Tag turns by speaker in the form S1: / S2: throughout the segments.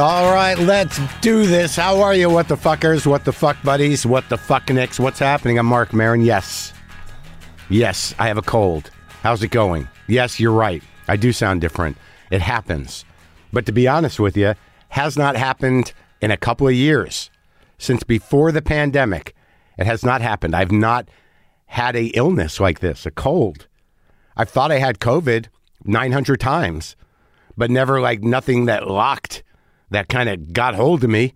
S1: All right, let's do this. How are you, what the fuckers? What the fuck buddies? What the fuck nicks? What's happening? I'm Mark Marin. Yes. Yes, I have a cold. How's it going? Yes, you're right. I do sound different. It happens. But to be honest with you, has not happened in a couple of years. Since before the pandemic, it has not happened. I've not had a illness like this, a cold. I thought I had COVID 900 times, but never like nothing that locked, that kind of got hold of me.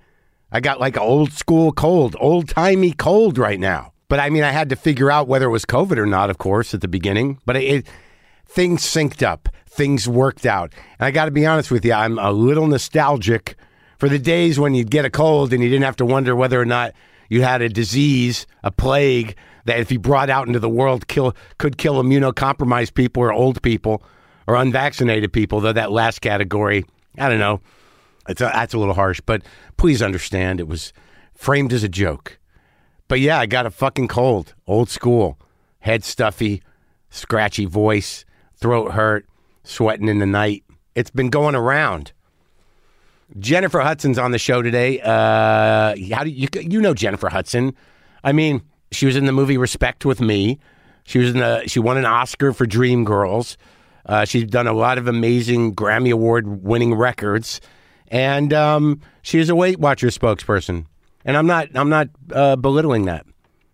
S1: I got like an old school cold, old timey cold right now. But I mean, I had to figure out whether it was COVID or not, of course, at the beginning. But it, it things synced up, things worked out. And I got to be honest with you, I'm a little nostalgic for the days when you'd get a cold and you didn't have to wonder whether or not you had a disease, a plague that if you brought out into the world kill could kill immunocompromised people or old people or unvaccinated people, though that last category, I don't know. It's a, that's a little harsh, but please understand it was framed as a joke. But yeah, I got a fucking cold, old school, head stuffy, scratchy voice, throat hurt, sweating in the night. It's been going around. Jennifer Hudson's on the show today. Uh, how do you you know Jennifer Hudson? I mean, she was in the movie Respect with Me. She was in the she won an Oscar for Dreamgirls. Uh, she's done a lot of amazing Grammy Award winning records, and um, she is a Weight Watcher spokesperson. And I'm not I'm not uh, belittling that.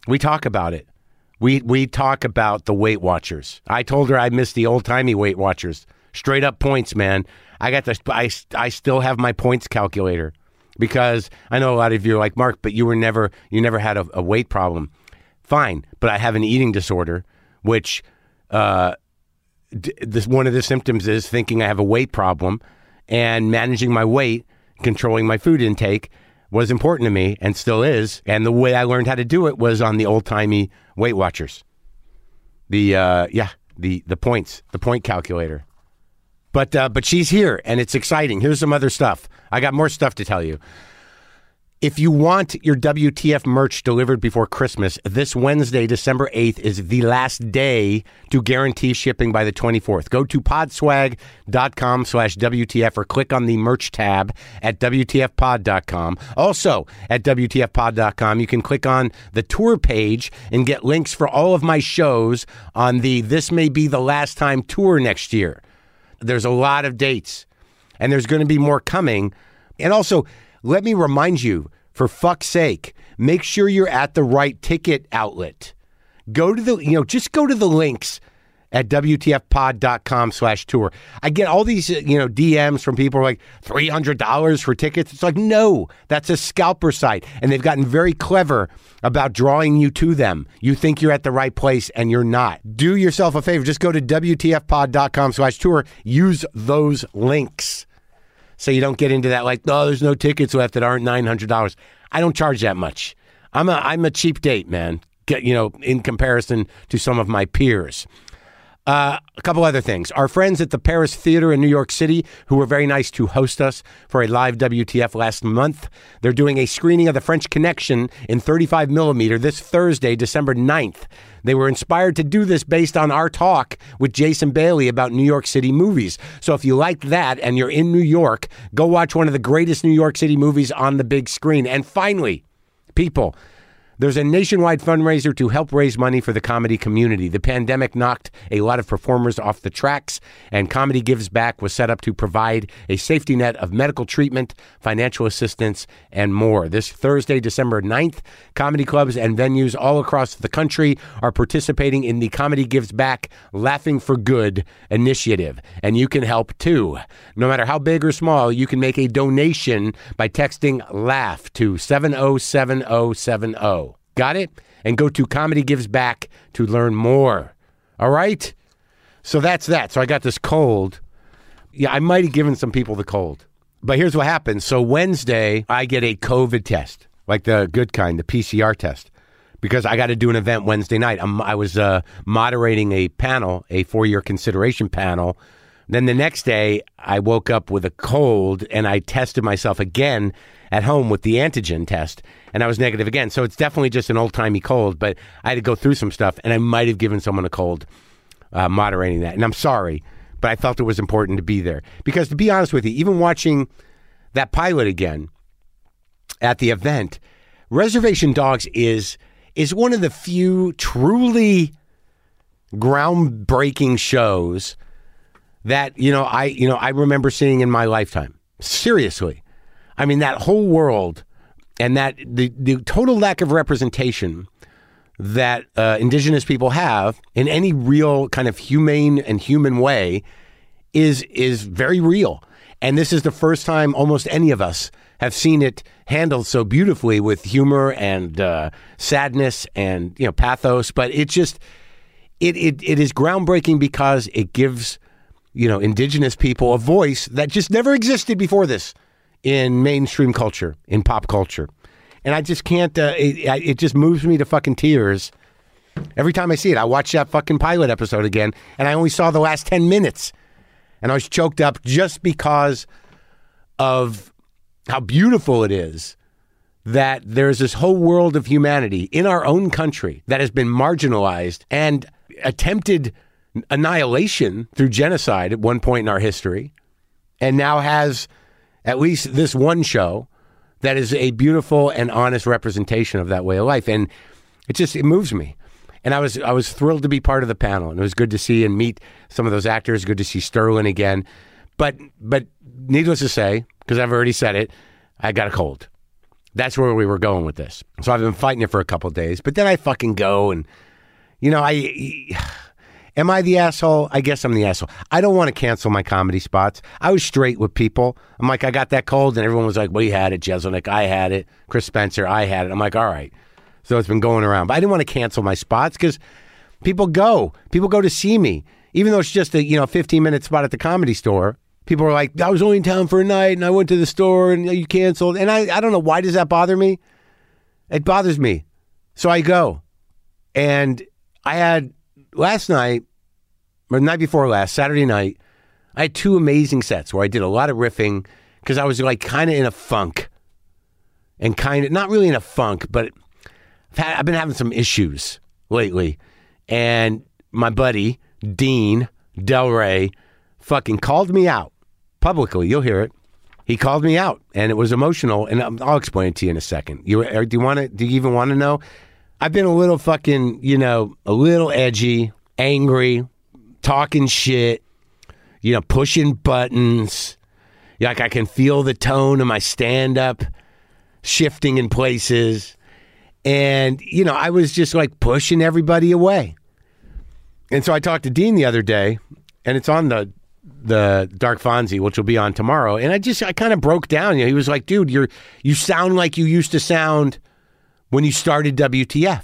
S1: We talk about it. We we talk about the Weight Watchers. I told her I missed the old timey Weight Watchers. Straight up points, man. I got the I, I still have my points calculator because I know a lot of you are like Mark, but you were never you never had a, a weight problem. Fine, but I have an eating disorder, which uh, d- this one of the symptoms is thinking I have a weight problem, and managing my weight, controlling my food intake was important to me and still is. And the way I learned how to do it was on the old timey Weight Watchers, the uh, yeah, the the points, the point calculator. But uh, but she's here and it's exciting. Here's some other stuff. I got more stuff to tell you. If you want your WTF merch delivered before Christmas, this Wednesday, December 8th, is the last day to guarantee shipping by the 24th. Go to podswag.com slash WTF or click on the merch tab at WTFpod.com. Also, at WTFpod.com, you can click on the tour page and get links for all of my shows on the This May Be the Last Time tour next year. There's a lot of dates, and there's going to be more coming. And also, let me remind you, for fuck's sake, make sure you're at the right ticket outlet. Go to the, you know, just go to the links at WTFpod.com slash tour. I get all these, uh, you know, DMs from people like $300 for tickets. It's like, no, that's a scalper site. And they've gotten very clever about drawing you to them. You think you're at the right place and you're not. Do yourself a favor. Just go to WTFpod.com slash tour. Use those links so you don't get into that like, oh, there's no tickets left that aren't nine hundred dollars. I don't charge that much. I'm a I'm a cheap date man. Get, you know, in comparison to some of my peers. Uh, a couple other things. Our friends at the Paris Theater in New York City, who were very nice to host us for a live WTF last month, they're doing a screening of The French Connection in 35 millimeter this Thursday, December 9th. They were inspired to do this based on our talk with Jason Bailey about New York City movies. So if you like that and you're in New York, go watch one of the greatest New York City movies on the big screen. And finally, people. There's a nationwide fundraiser to help raise money for the comedy community. The pandemic knocked a lot of performers off the tracks, and Comedy Gives Back was set up to provide a safety net of medical treatment, financial assistance, and more. This Thursday, December 9th, comedy clubs and venues all across the country are participating in the Comedy Gives Back Laughing for Good initiative, and you can help too. No matter how big or small, you can make a donation by texting LAUGH to 707070. oh. Got it? And go to Comedy Gives Back to learn more. All right? So that's that. So I got this cold. Yeah, I might have given some people the cold. But here's what happens. So Wednesday, I get a COVID test, like the good kind, the PCR test, because I got to do an event Wednesday night. I'm, I was uh, moderating a panel, a four year consideration panel. Then the next day, I woke up with a cold and I tested myself again at home with the antigen test and I was negative again. So it's definitely just an old timey cold, but I had to go through some stuff and I might have given someone a cold uh, moderating that. And I'm sorry, but I felt it was important to be there because, to be honest with you, even watching that pilot again at the event. Reservation Dogs is is one of the few truly groundbreaking shows that you know I you know I remember seeing in my lifetime. Seriously, I mean that whole world and that the the total lack of representation that uh, indigenous people have in any real kind of humane and human way is is very real. And this is the first time almost any of us have seen it handled so beautifully with humor and uh, sadness and you know pathos. But it just it, it it is groundbreaking because it gives you know indigenous people a voice that just never existed before this in mainstream culture in pop culture and i just can't uh, it, I- it just moves me to fucking tears every time i see it i watch that fucking pilot episode again and i only saw the last 10 minutes and i was choked up just because of how beautiful it is that there's this whole world of humanity in our own country that has been marginalized and attempted annihilation through genocide at one point in our history, and now has at least this one show that is a beautiful and honest representation of that way of life. And it just it moves me. And I was I was thrilled to be part of the panel, and it was good to see and meet some of those actors. Good to see Sterling again, but but needless to say, because I've already said it, I got a cold. That's where we were going with this. So I've been fighting it for a couple days, but then I fucking go and, you know, I. Am I the asshole? I guess I'm the asshole. I don't want to cancel my comedy spots. I was straight with people. I'm like, I got that cold, and everyone was like, "We had it, Jeselnik. I had it. Chris Spencer. I had it." I'm like, all right. So it's been going around, but I didn't want to cancel my spots because people go, people go to see me, even though it's just a you know 15 minute spot at the comedy store. People are like, I was only in town for a night, and I went to the store, and you canceled. And I, I don't know why does that bother me. It bothers me, so I go, and I had last night or the night before last, Saturday night, I had two amazing sets where I did a lot of riffing because I was like kind of in a funk and kind of not really in a funk, but I've, had, I've been having some issues lately. And my buddy, Dean Del Rey, fucking called me out publicly. You'll hear it. He called me out and it was emotional. And um, I'll explain it to you in a second. You, or do you want to, do you even want to know? I've been a little fucking, you know, a little edgy, angry, talking shit, you know, pushing buttons. Like I can feel the tone of my stand up shifting in places. And, you know, I was just like pushing everybody away. And so I talked to Dean the other day, and it's on the the Dark Fonzie, which will be on tomorrow. And I just I kind of broke down. You know, he was like, dude, you're you sound like you used to sound when you started WTF.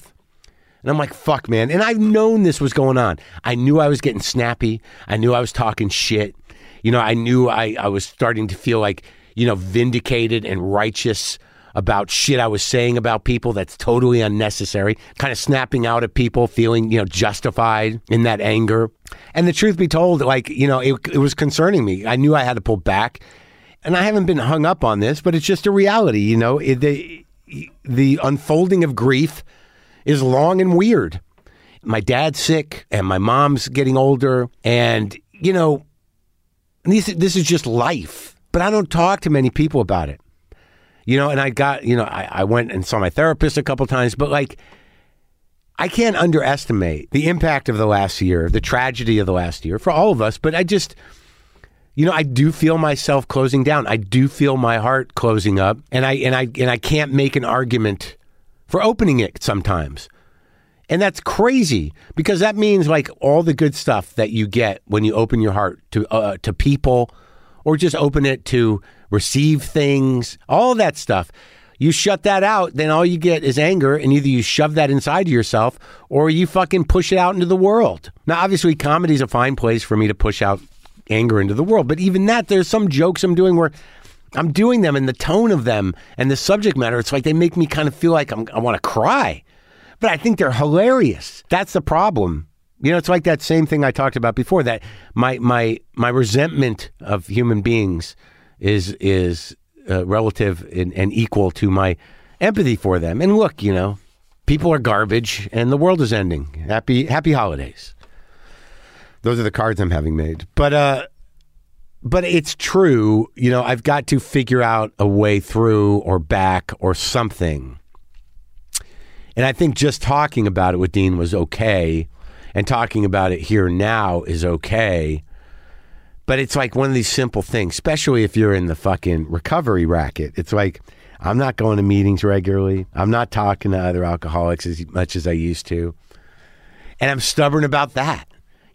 S1: And I'm like, fuck, man. And I've known this was going on. I knew I was getting snappy. I knew I was talking shit. You know, I knew I, I was starting to feel like, you know, vindicated and righteous about shit I was saying about people that's totally unnecessary. Kind of snapping out at people, feeling, you know, justified in that anger. And the truth be told, like, you know, it, it was concerning me. I knew I had to pull back. And I haven't been hung up on this, but it's just a reality, you know. It, the, the unfolding of grief is long and weird. My dad's sick and my mom's getting older and you know these this is just life. But I don't talk to many people about it. You know, and I got you know, I, I went and saw my therapist a couple times, but like I can't underestimate the impact of the last year, the tragedy of the last year for all of us, but I just you know, I do feel myself closing down. I do feel my heart closing up, and I and I and I can't make an argument for opening it sometimes. And that's crazy because that means like all the good stuff that you get when you open your heart to uh, to people or just open it to receive things, all that stuff. You shut that out, then all you get is anger, and either you shove that inside of yourself or you fucking push it out into the world. Now, obviously, comedy's a fine place for me to push out anger into the world, but even that, there's some jokes I'm doing where I'm doing them and the tone of them and the subject matter, it's like they make me kind of feel like I'm, I want to cry. But I think they're hilarious. That's the problem. You know, it's like that same thing I talked about before that my my my resentment of human beings is is uh, relative and, and equal to my empathy for them. And look, you know, people are garbage and the world is ending. Happy happy holidays. Those are the cards I'm having made. But uh but it's true. You know, I've got to figure out a way through or back or something. And I think just talking about it with Dean was okay, and talking about it here now is okay. But it's like one of these simple things, especially if you're in the fucking recovery racket. It's like, I'm not going to meetings regularly. I'm not talking to other alcoholics as much as I used to. And I'm stubborn about that.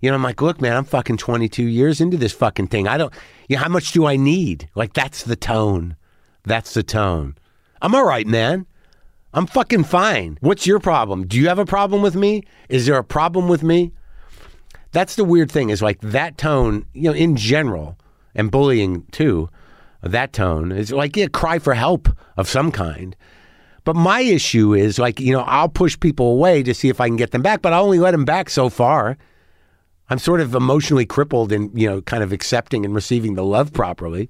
S1: You know, I'm like, look, man, I'm fucking 22 years into this fucking thing. I don't, you know, how much do I need? Like, that's the tone. That's the tone. I'm all right, man. I'm fucking fine. What's your problem? Do you have a problem with me? Is there a problem with me? That's the weird thing is like that tone, you know, in general, and bullying too, that tone is like a cry for help of some kind. But my issue is like, you know, I'll push people away to see if I can get them back, but I only let them back so far. I'm sort of emotionally crippled and, you know, kind of accepting and receiving the love properly.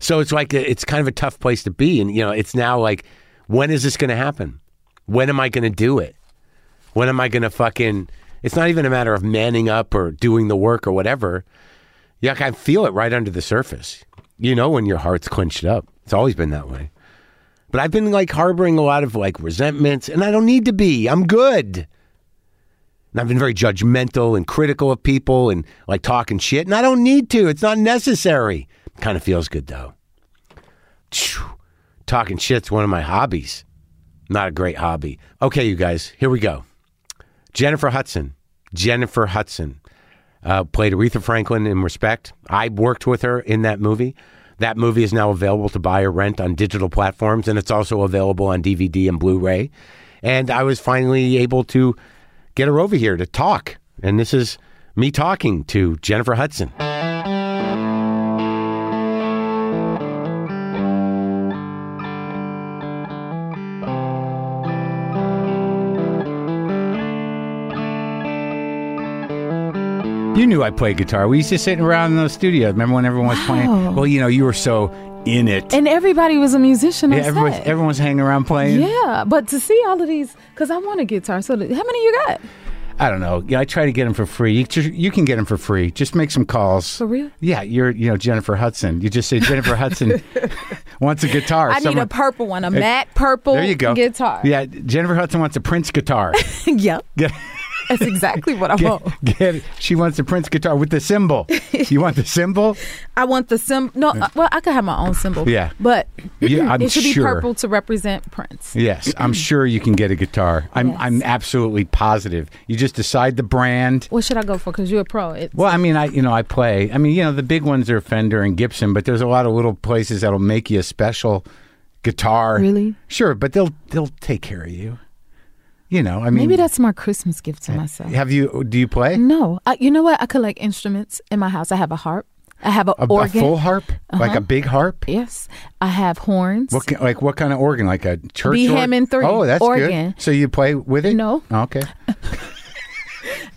S1: So it's like, it's kind of a tough place to be. And, you know, it's now like, when is this going to happen? When am I going to do it? When am I going to fucking, it's not even a matter of manning up or doing the work or whatever. Yeah, I can feel it right under the surface. You know, when your heart's clenched up, it's always been that way. But I've been like harboring a lot of like resentments, and I don't need to be. I'm good. And I've been very judgmental and critical of people and like talking shit, and I don't need to. It's not necessary. Kind of feels good though. Phew. Talking shit's one of my hobbies. Not a great hobby. Okay, you guys, here we go. Jennifer Hudson. Jennifer Hudson uh, played Aretha Franklin in Respect. I worked with her in that movie. That movie is now available to buy or rent on digital platforms, and it's also available on DVD and Blu ray. And I was finally able to get her over here to talk. And this is me talking to Jennifer Hudson.
S2: You knew I played guitar. We used to sit around in the studio. Remember when everyone was
S3: Wow.
S2: playing? Well, you know, you were so in it.
S3: And everybody was a musician.
S2: Yeah,
S3: on
S2: everyone,
S3: set.
S2: everyone was hanging around playing.
S3: yeah, but to see all of these, because I want a guitar. So, th- how many you got?
S2: I don't know. Yeah, I try to get them for free. You, ju- you can get them for free. Just make some calls.
S3: For real?
S2: Yeah, you're, you know, Jennifer Hudson. You just say Jennifer Hudson wants a guitar.
S3: I need a
S2: Someone-
S3: purple one, a matte purple
S2: There you go.
S3: guitar.
S2: Yeah, Jennifer Hudson wants a Prince guitar.
S3: yep.
S2: Get-
S3: That's exactly what I
S2: Get,
S3: want.
S2: get it. She wants a Prince guitar with the symbol. You want the symbol?
S3: I want the symbol. No, uh, well, I could have my own symbol.
S2: Yeah.
S3: But
S2: Yeah, I'm
S3: it should
S2: sure.
S3: be purple to represent Prince.
S2: Yes, I'm sure you can get a guitar. I'm
S3: Yes.
S2: I'm absolutely positive. You just decide the brand.
S3: What should I go for? Because you're a pro. It,
S2: Well, I mean, I you know I play. I mean, you know the big ones are Fender and Gibson, but there's a lot of little places that'll make you a special guitar.
S3: Really?
S2: Sure, but they'll they'll take care of you. You know, I mean,
S3: maybe that's my Christmas gift to myself.
S2: Have you? Do you play
S3: No, I, you know what? I collect instruments in my house. I have a harp. I have an
S2: a, a
S3: organ.
S2: full harp, like
S3: Uh-huh.
S2: a big harp?
S3: Yes, I have horns.
S2: What ki- like what kind of organ? Like a church
S3: B.
S2: organ?
S3: Hammond III
S2: Oh, that's
S3: organ.
S2: good. So you play with it?
S3: No.
S2: Oh, okay.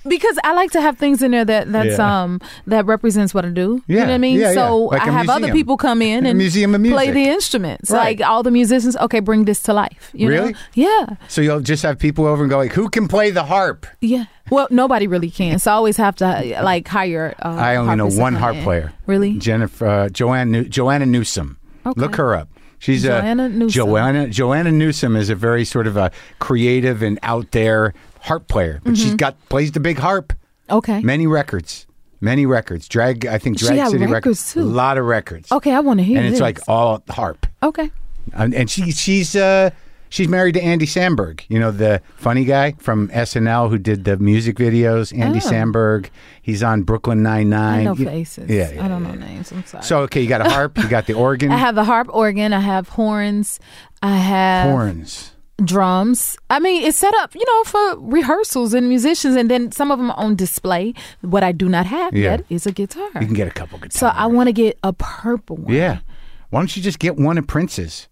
S3: because I like to have things in there that that's
S2: Yeah.
S3: um that represents what I do. you know
S2: Yeah,
S3: what I mean.
S2: yeah, yeah.
S3: so
S2: Like
S3: I
S2: a
S3: have other
S2: museum.
S3: people come in
S2: A
S3: and
S2: museum of
S3: play
S2: music.
S3: the instruments.
S2: Right.
S3: Like all the musicians, okay, bring this to life. You
S2: Really?
S3: know? Yeah,
S2: So you'll just have people over and go like, "Who can play the harp?"
S3: yeah. Well, nobody really can, so I always have to like hire. Uh,
S2: I only know
S3: harpists to
S2: one
S3: come
S2: harp
S3: in.
S2: player.
S3: Really?
S2: Jennifer uh, Joanne New- Joanna Newsom.
S3: Okay.
S2: Look her up. She's a
S3: Joanna Newsom.
S2: Joanna Joanna Newsom is a very sort of a creative and out there harp player, but
S3: Mm-hmm.
S2: she's got plays the big harp.
S3: Okay.
S2: Many records, many records. Drag, I think
S3: She
S2: Drag
S3: got
S2: City
S3: records,
S2: A
S3: too.
S2: lot of records.
S3: Okay, I want to hear.
S2: and it's
S3: this.
S2: like all harp. Um,
S3: okay.
S2: And, and she she's uh she's married to Andy Samberg, you know the funny guy from SNL who did the music videos. Andy
S3: Oh.
S2: Samberg, he's on Brooklyn Nine Nine.
S3: I know faces.
S2: Yeah, yeah,
S3: I don't know names. I'm sorry.
S2: So mm. okay, you got a harp, you got the organ,
S3: I have the harp organ. I have horns. I have
S2: horns.
S3: drums. I mean, it's set up, you know, for rehearsals and musicians, and then some of them are on display. What I do not have
S2: Yeah.
S3: yet is a guitar.
S2: You can get a couple guitars.
S3: So I want to get a purple one.
S2: yeah. Why don't you just get one of Prince's?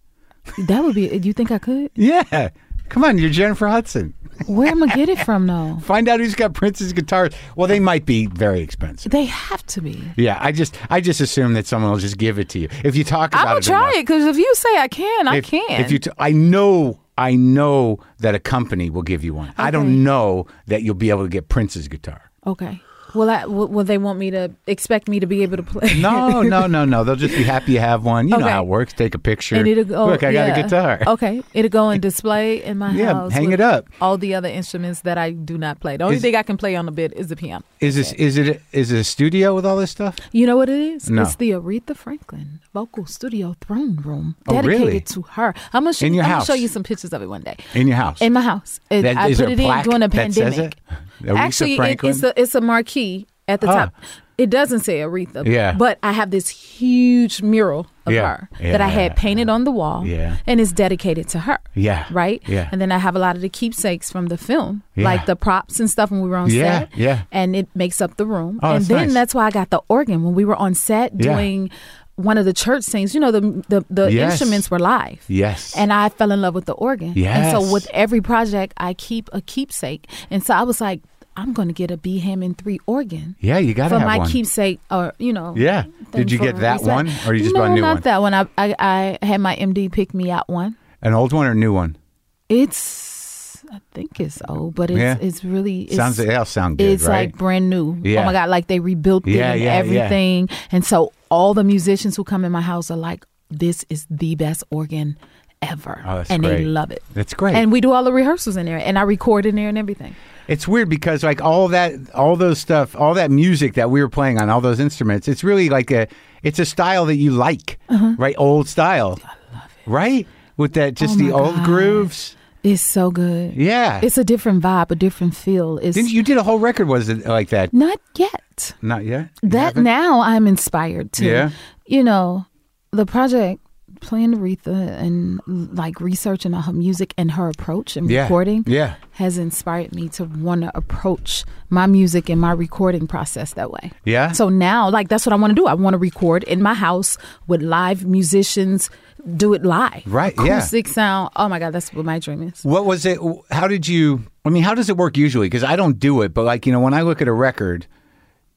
S3: that would be. You think I could?
S2: Yeah. Come on, you're Jennifer Hudson.
S3: Where am I gonna get it from though?
S2: Find out who's got Prince's guitars. Well, they might be very expensive.
S3: They have to be.
S2: Yeah, I just I just assume that someone will just give it to you if you talk
S3: I'm
S2: about
S3: gonna
S2: it.
S3: try
S2: enough.
S3: it because if you say I can, I
S2: if,
S3: can.
S2: If you, t- I know, I know that a company will give you one. I
S3: Okay.
S2: don't know that you'll be able to get Prince's guitar.
S3: okay. Will I? Will, will they want me to expect me to be able to play?
S2: No, no, no, no. They'll just be happy you have one. You know
S3: Okay.
S2: how it works. Take a picture.
S3: And it'll go.
S2: Look, I got a
S3: yeah.
S2: guitar.
S3: Okay, it'll go and display in my
S2: Yeah,
S3: house.
S2: hang
S3: with
S2: it up.
S3: All the other instruments that I do not play. The only
S2: Is-
S3: thing I can play on the bit is the piano.
S2: Is this is it is it a studio with all this stuff?
S3: You know what it is?
S2: No.
S3: It's the Aretha Franklin Vocal Studio Throne Room
S2: Oh, really?
S3: dedicated to her. I'm gonna, sh-
S2: In your
S3: I'm
S2: house?
S3: gonna show you some pictures of it one day.
S2: In your house.
S3: In my house. It,
S2: That-
S3: I
S2: is
S3: put
S2: there
S3: it
S2: a
S3: in
S2: plaque
S3: during the
S2: that says
S3: pandemic.
S2: it? Aretha
S3: Actually, it,
S2: Franklin?
S3: it's a it's a marquee at the
S2: Ah.
S3: top. It doesn't say Aretha.
S2: Yeah.
S3: But I have this huge mural of
S2: Yeah.
S3: her that I
S2: Yeah.
S3: had painted on the wall.
S2: Yeah.
S3: And it's dedicated to her.
S2: Yeah.
S3: Right?
S2: Yeah.
S3: And then I have a lot of the keepsakes from the film.
S2: Yeah.
S3: Like the props and stuff when we were on
S2: Yeah,
S3: set.
S2: yeah.
S3: And it makes up the room.
S2: Oh,
S3: and
S2: that's
S3: then
S2: nice.
S3: that's why I got the organ when we were on set
S2: Yeah.
S3: doing one of the church things. You know, the the, the
S2: Yes.
S3: instruments were live.
S2: Yes.
S3: And I fell in love with the organ. And
S2: Yes.
S3: so with every project, I keep a keepsake. And so I was like, I'm going to get a B Hammond 3 organ
S2: yeah, you got to
S3: for
S2: have
S3: my
S2: one.
S3: keepsake or, you know.
S2: Yeah.
S3: thing
S2: Did you
S3: for
S2: get that
S3: reset.
S2: one, or you just
S3: no,
S2: bought a new
S3: not
S2: one?
S3: that one. I, I, I had my MD pick me out one.
S2: An old one or a new one?
S3: It's, I think it's old, but it's,
S2: Yeah.
S3: it's really. It's,
S2: Sounds they all sound good,
S3: it's
S2: right?
S3: like brand new.
S2: Yeah.
S3: Oh my God, like they rebuilt it
S2: Yeah,
S3: and
S2: yeah, yeah.
S3: everything. And so all the musicians who come in my house are like, this is the best organ ever.
S2: Oh, that's
S3: and they
S2: great.
S3: love it.
S2: That's great.
S3: And we do all the rehearsals in there and I record in there and everything.
S2: It's weird because like all that, all those stuff, all that music that we were playing on all those instruments, it's really like a, it's a style that you like,
S3: Uh-huh.
S2: right? Old style, right? With that, just
S3: Oh
S2: the
S3: my
S2: old
S3: God.
S2: grooves.
S3: It's so good.
S2: Yeah.
S3: It's a different vibe, a different feel. It's
S2: Didn't you did a whole record was it like that?
S3: not yet.
S2: Not yet. You
S3: That
S2: haven't?
S3: now I'm inspired to.
S2: Yeah.
S3: You know, the project playing Aretha and like researching all her music and her approach and
S2: Yeah.
S3: recording
S2: Yeah.
S3: has inspired me to want to approach my music and my recording process that way.
S2: Yeah.
S3: So now, like, that's what I want to do. I want to record in my house with live musicians, do it live.
S2: Right, yeah.
S3: Acoustic sound. Oh my God, that's what my dream is.
S2: What was it? How did you? I mean, how does it work usually? Because I don't do it, but like you know, when I look at a record,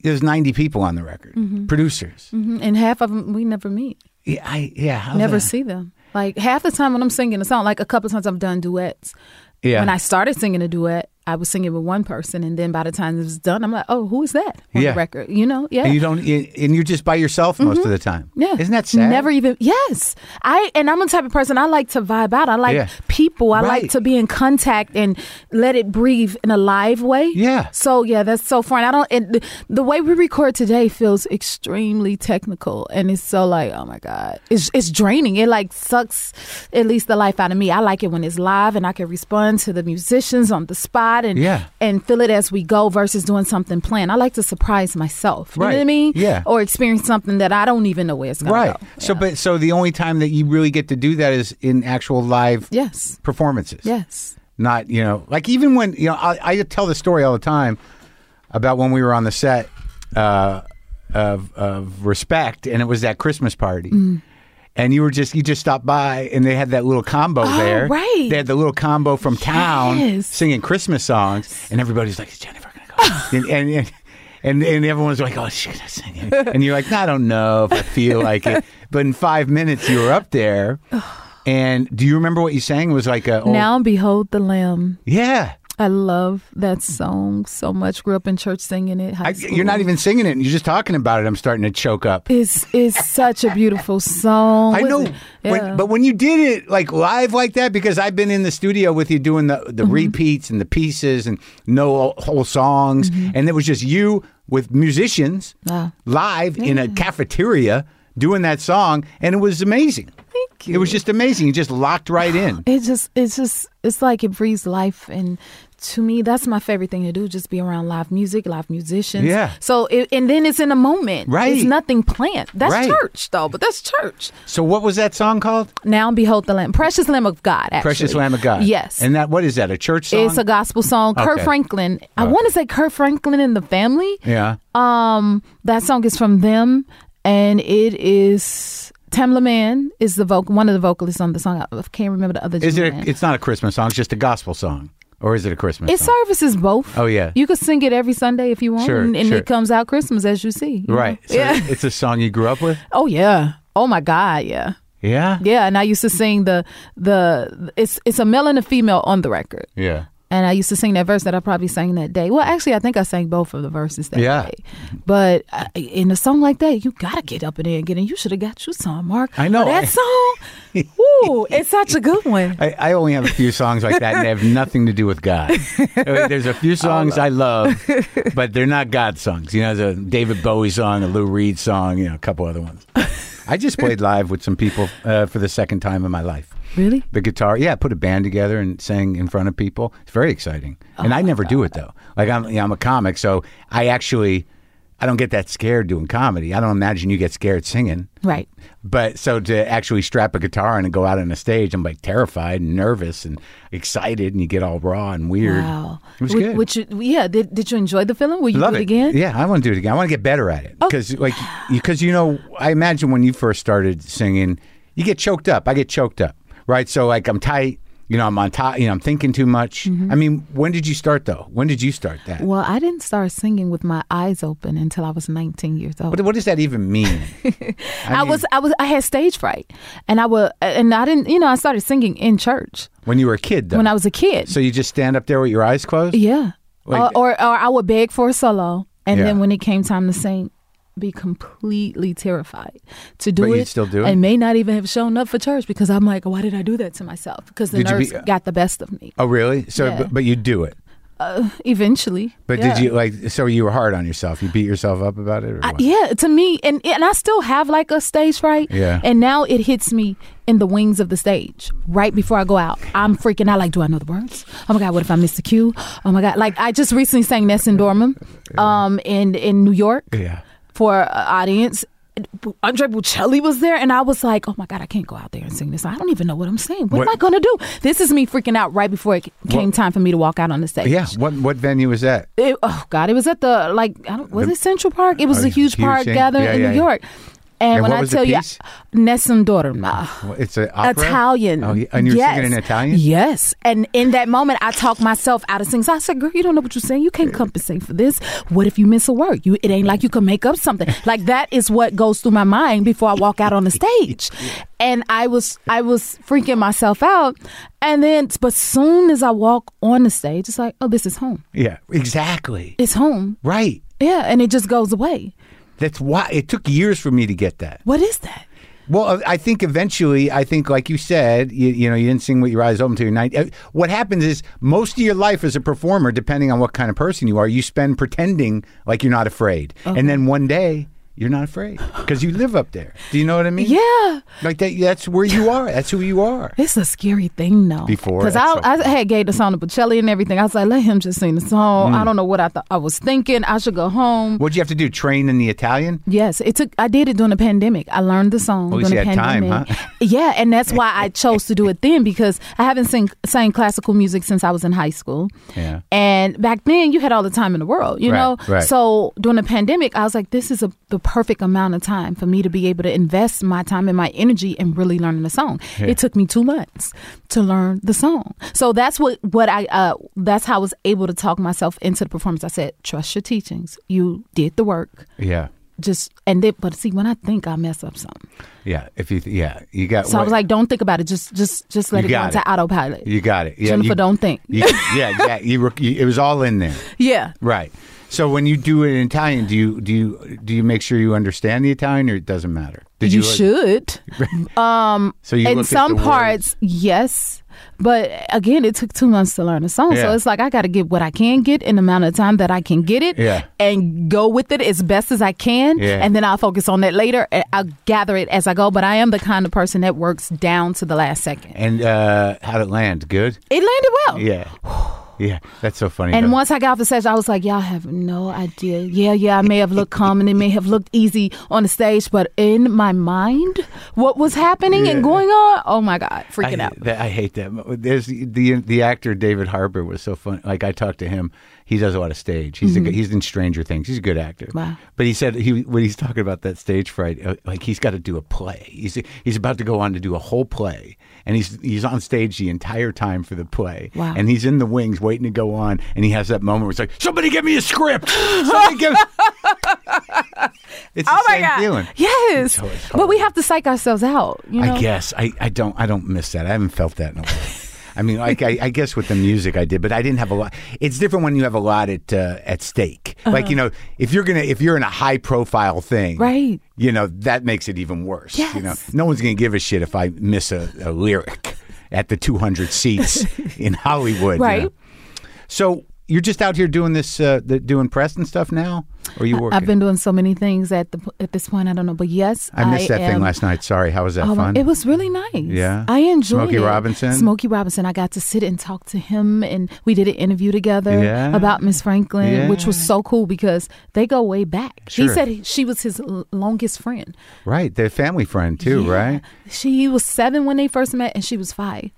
S2: there's 90 people on the record, producers.
S3: Mhm. And half of them we never meet,
S2: Yeah, I yeah. how
S3: never
S2: the-
S3: see them. Like, half the time when I'm singing a song, like, a couple times I've done duets.
S2: Yeah.
S3: When I started singing a duet, I was singing with one person, and then by the time it was done, I'm like, oh, who is that on
S2: Yeah.
S3: the record? You know, yeah.
S2: And you don't, and you're just by yourself most of the time.
S3: Mm-hmm. Yeah.
S2: isn't that sad?
S3: Never even yes. I and I'm the type of person I like to vibe out. I like
S2: Yeah.
S3: people. I
S2: Right.
S3: like to be in contact and let it breathe in a live way.
S2: Yeah.
S3: So yeah, that's so fun. I don't and the, the way we record today feels extremely technical and it's so like, oh my God. It's it's draining. It like sucks at least the life out of me. I like it when it's live and I can respond to the musicians on the spot and
S2: Yeah.
S3: and feel it as we go versus doing something planned. I like to surprise myself. You know what I
S2: Right.
S3: mean?
S2: Yeah.
S3: Or experience something that I don't even know where it's going
S2: right.
S3: go.
S2: So,
S3: Yeah.
S2: but so the only time that you really get to do that is in actual live
S3: yes,
S2: performances.
S3: yes.
S2: Not you know, like even when you know, I, I tell the story all the time about when we were on the set uh, of of Respect, and it was that Christmas party.
S3: Mm.
S2: And you were just you just stopped by, and they had that little combo there.
S3: Oh, right.
S2: they had the little combo from town
S3: Yes.
S2: singing Christmas songs, and everybody's like, "Is Jennifer gonna go?" and, and, and and and everyone's like, "Oh, she's gonna sing it," and you're like, "I don't know if I feel like it." But in five minutes, you were up there, and do you remember what you sang? It was like a old-
S3: Now behold the Lamb.
S2: yeah.
S3: I love that song so much. Grew up in church singing it. High
S2: I,
S3: school.
S2: you're not even singing it, and you're just talking about it. I'm starting to choke up.
S3: It's it's such a beautiful song.
S2: I
S3: What is
S2: know,
S3: it?
S2: when, but when you did it like live like that, because I've been in the studio with you doing the
S3: Mm-hmm.
S2: the repeats and the pieces and no whole songs,
S3: Mm-hmm.
S2: and it was just you with musicians
S3: Wow.
S2: live in a cafeteria doing that song, and it was amazing.
S3: Thank you.
S2: It was just amazing. You just locked right in.
S3: It just, it's just, it's like it breathes life, and to me, that's my favorite thing to do. Just be around live music, live musicians.
S2: Yeah.
S3: So, it, and then it's in a moment.
S2: Right.
S3: It's nothing planned. That's
S2: Right.
S3: church, though. But that's church.
S2: So, what was that song called?
S3: Now behold the Lamb, precious Lamb of God. Actually.
S2: Precious Lamb of God.
S3: Yes.
S2: And that what is that? A church song?
S3: it's a gospel song. Kurt
S2: Okay.
S3: Franklin. I want to say Kurt Franklin and the Family.
S2: yeah.
S3: Um, that song is from them, and it is Tamla Man is the vocal one of the vocalists on the song. I can't remember the other.
S2: Is it?
S3: gentleman.
S2: A, it's not a Christmas song. It's just a gospel song, or is it a Christmas?
S3: It
S2: song?
S3: services both.
S2: Oh, yeah.
S3: you could sing it every Sunday if you want,
S2: Sure,
S3: and, and
S2: sure.
S3: it comes out Christmas as you see. you know?
S2: Right. So
S3: yeah.
S2: It's a song you grew up with.
S3: oh yeah. Oh my God. Yeah.
S2: Yeah.
S3: Yeah. And I used to sing the the it's it's a male and a female on the record.
S2: Yeah.
S3: And I used to sing that verse that I probably sang that day. Well, actually, I think I sang both of the verses that
S2: Yeah.
S3: day. But I, in a song like that, you gotta get up in there and get in. You should have got you some, Mark.
S2: I know.
S3: But that song. Ooh, it's such a good one.
S2: I, I only have a few songs like that, and they have nothing to do with God. There's a few songs I love, but they're not God songs. You know, there's a David Bowie song, a Lou Reed song, you know, a couple other ones. I just played live with some people uh, for the second time in my life.
S3: Really?
S2: The guitar, yeah, I put a band together and sang in front of people. It's very exciting, and
S3: Oh,
S2: I never do it though. Like I'm, you know, I'm a comic, so I actually, I don't get that scared doing comedy. I don't imagine you get scared singing.
S3: Right.
S2: But so to actually strap a guitar on and go out on a stage, I'm like terrified and nervous and excited, and you get all raw and weird.
S3: Wow.
S2: It was
S3: Would-
S2: good.
S3: would you- yeah. Did, did you enjoy the film? Will you
S2: Love
S3: do it, again? Oh.
S2: Yeah, I want to do it again. I want to get better at it because, like, because you know, I imagine when you first started singing, you get choked up. I get choked up, right? So like, I'm tight. You know, I'm on top. You know, I'm thinking too much.
S3: Mm-hmm.
S2: I mean, when did you start though? When did you start that?
S3: Well, I didn't start singing with my eyes open until I was 19 years old.
S2: What, what does that even mean?
S3: I,
S2: mean-
S3: was I was I had stage fright, and I would and I didn't you know I started singing in church
S2: when you were a kid, though.
S3: when I was a kid.
S2: so you just stand up there with your eyes closed.
S3: yeah, Uh,
S2: Like-
S3: or, or or I would beg for a solo, and
S2: Yeah.
S3: then when it came time to sing, be completely terrified to do
S2: But
S3: it.
S2: you'd still do it?
S3: and may not even have shown up for church because I'm like, why did I do that to myself? Because the
S2: Did you be-
S3: nerves got the best of me.
S2: Oh, really? So,
S3: Yeah.
S2: but, but you do it.
S3: Eventually,
S2: But
S3: yeah.
S2: did you like? So you were hard on yourself. You beat yourself up about it, or
S3: I- e
S2: what?
S3: yeah, to me, and and I still have like a stage fright.
S2: Yeah.
S3: And now it hits me in the wings of the stage, right before I go out. I'm freaking out. Like, do I know the words? Oh my god, what if I miss the cue? Oh my god, like I just recently sang Ness and Dorman, um, in in New York
S2: yeah.
S3: for an audience. Andre Bocelli was there, and I was like, "Oh my god, I can't go out there and sing this. I don't even know what I'm saying. What, am
S2: What-
S3: I gonna do? This is me freaking out right before it came time for me to walk out on the stage.
S2: Yeah. What what venue was that?
S3: It, oh God, it was at the like I don't, was it Central Park? It was
S2: Oh,
S3: a huge,
S2: huge
S3: park
S2: thing.
S3: gathering
S2: Yeah,
S3: in
S2: yeah,
S3: New
S2: yeah.
S3: York. And,
S2: And
S3: when
S2: what
S3: I
S2: was the
S3: tell you,
S2: piece?
S3: Nessun Dorma.
S2: Well, It's an opera.
S3: Italian.
S2: Oh, yeah. and you were
S3: yes.
S2: singing in Italian.
S3: Yes. And in that moment, I talked myself out of things. I said, "Girl, you don't know what you're saying. You can't compensate for this. What if you miss a word? You, it ain't like you can make up something. Like that is what goes through my mind before I walk out on the stage. And I was, I was freaking myself out. And then, but soon as I walk on the stage, it's like, oh, this is home.
S2: Yeah. Exactly.
S3: It's home.
S2: Right.
S3: Yeah, and it just goes away.
S2: That's why it took years for me to get that.
S3: What is that?
S2: Well, uh, I think eventually, I think, like you said, you, you know, you didn't sing with your eyes open to your night. uh, What happens is most of your life as a performer, depending on what kind of person you are, you spend pretending like you're not afraid, and then one day you're not afraid because you live up there. Do you know what I mean?
S3: Yeah,
S2: Like that. That's where you are. That's who you are.
S3: it's a scary thing though.
S2: Before,
S3: because
S2: that's
S3: I,
S2: so-
S3: I had gave the song to Bocelli and everything. I was like, let him just sing the song.
S2: Mm.
S3: I don't know what I thought I was thinking. I should go home.
S2: What'd you have to do? Train in the Italian?
S3: Yes, it took. I did it during the pandemic. I learned the song
S2: At least
S3: during the
S2: Oh, you had time,
S3: pandemic. Yeah, and that's why I chose to do it then because I haven't sing sang classical music since I was in high school.
S2: Yeah.
S3: And back then, you had all the time in the world, you
S2: Right,
S3: know.
S2: right.
S3: So during the pandemic, I was like, this is a, the perfect amount of time for me to be able to invest my time and my energy and really learning the song. It took me two months to learn the song. So that's what what I uh, that's how I was able to talk myself into the performance. I said, trust your teachings. You did the work
S2: Yeah.
S3: just and then but see when I think I mess up something.
S2: Yeah. If you, yeah, you got.
S3: So I was like, don't think about it. Just just just let
S2: You
S3: it go
S2: got
S3: into
S2: it.
S3: autopilot.
S2: you got it. Yeah,
S3: Jennifer,
S2: you-
S3: don't think.
S2: you- yeah, yeah. You, were- you, it was all in there,
S3: yeah.
S2: right? So when you do it in Italian, do you do you do you make sure you understand the Italian, or it doesn't matter? Did uh,
S3: You,
S2: like-
S3: should.
S2: So you look
S3: In
S2: at
S3: some
S2: the words.
S3: parts, yes. But again, it took two months to learn a song. So
S2: Yeah.
S3: it's like I gotta get what I can get in the amount of time that I can get it
S2: Yeah.
S3: and go with it as best as I can.
S2: Yeah.
S3: And then I'll focus on that later. and I'll gather it as I go. But I am the kind of person that works down to the last second.
S2: And uh, how'd it land? Good.
S3: It landed well.
S2: Yeah. Yeah, that's so funny.
S3: And
S2: though.
S3: once I got off the stage, I was like, y'all have no idea. Yeah, yeah, I may have looked calm and it may have looked easy on the stage, but in my mind, what was happening and going on, oh my God, freaking
S2: I,
S3: out.
S2: that- I hate that. There's the the actor David Harbour was so funny. Like I talked to him. He does a lot of stage. He's a good he's in Stranger Things. He's a good actor.
S3: Mm-hmm. Wow.
S2: But he said he when he's talking about that stage fright, uh, like he's got to do a play. He's he's about to go on to do a whole play, and he's he's on stage the entire time for the play.
S3: Wow.
S2: And he's in the wings waiting to go on, and he has that moment where it's like, somebody give me a script. Somebody give. it's the
S3: Oh my
S2: same
S3: God.
S2: feeling.
S3: Yes.
S2: So it's
S3: but we have to psych ourselves out, you know?
S2: I guess I, I don't I don't miss that. I haven't felt that in a while. I mean, like I, I guess with the music I did, but I didn't have a lot. It's different when you have a lot at uh, at stake.
S3: Uh-huh.
S2: Like you know, if you're gonna if you're in a high profile thing,
S3: Right.
S2: You know that makes it even worse. You know,
S3: Yes.
S2: no one's gonna give a shit if I miss a, a lyric at the 200 seats in Hollywood. you
S3: Right.
S2: know. So you're just out here doing this, uh, the, doing press and stuff now, or are you working?
S3: I've been doing so many things at the at this point. I don't know, but yes,
S2: I missed that thing
S3: am-
S2: last night. Sorry. How was that
S3: Oh,
S2: fun?
S3: It was really nice.
S2: Yeah.
S3: I enjoyed
S2: Smokey
S3: it.
S2: Robinson?
S3: Smokey Robinson. I got to sit and talk to him, and we did an interview together
S2: Yeah.
S3: about Miss Franklin, which was
S2: Yeah.
S3: so cool because they go way back. He
S2: Sure.
S3: said he- she was his l- longest friend.
S2: right. The family friend too.
S3: Yeah.
S2: Right.
S3: She was seven when they first met, and she was five.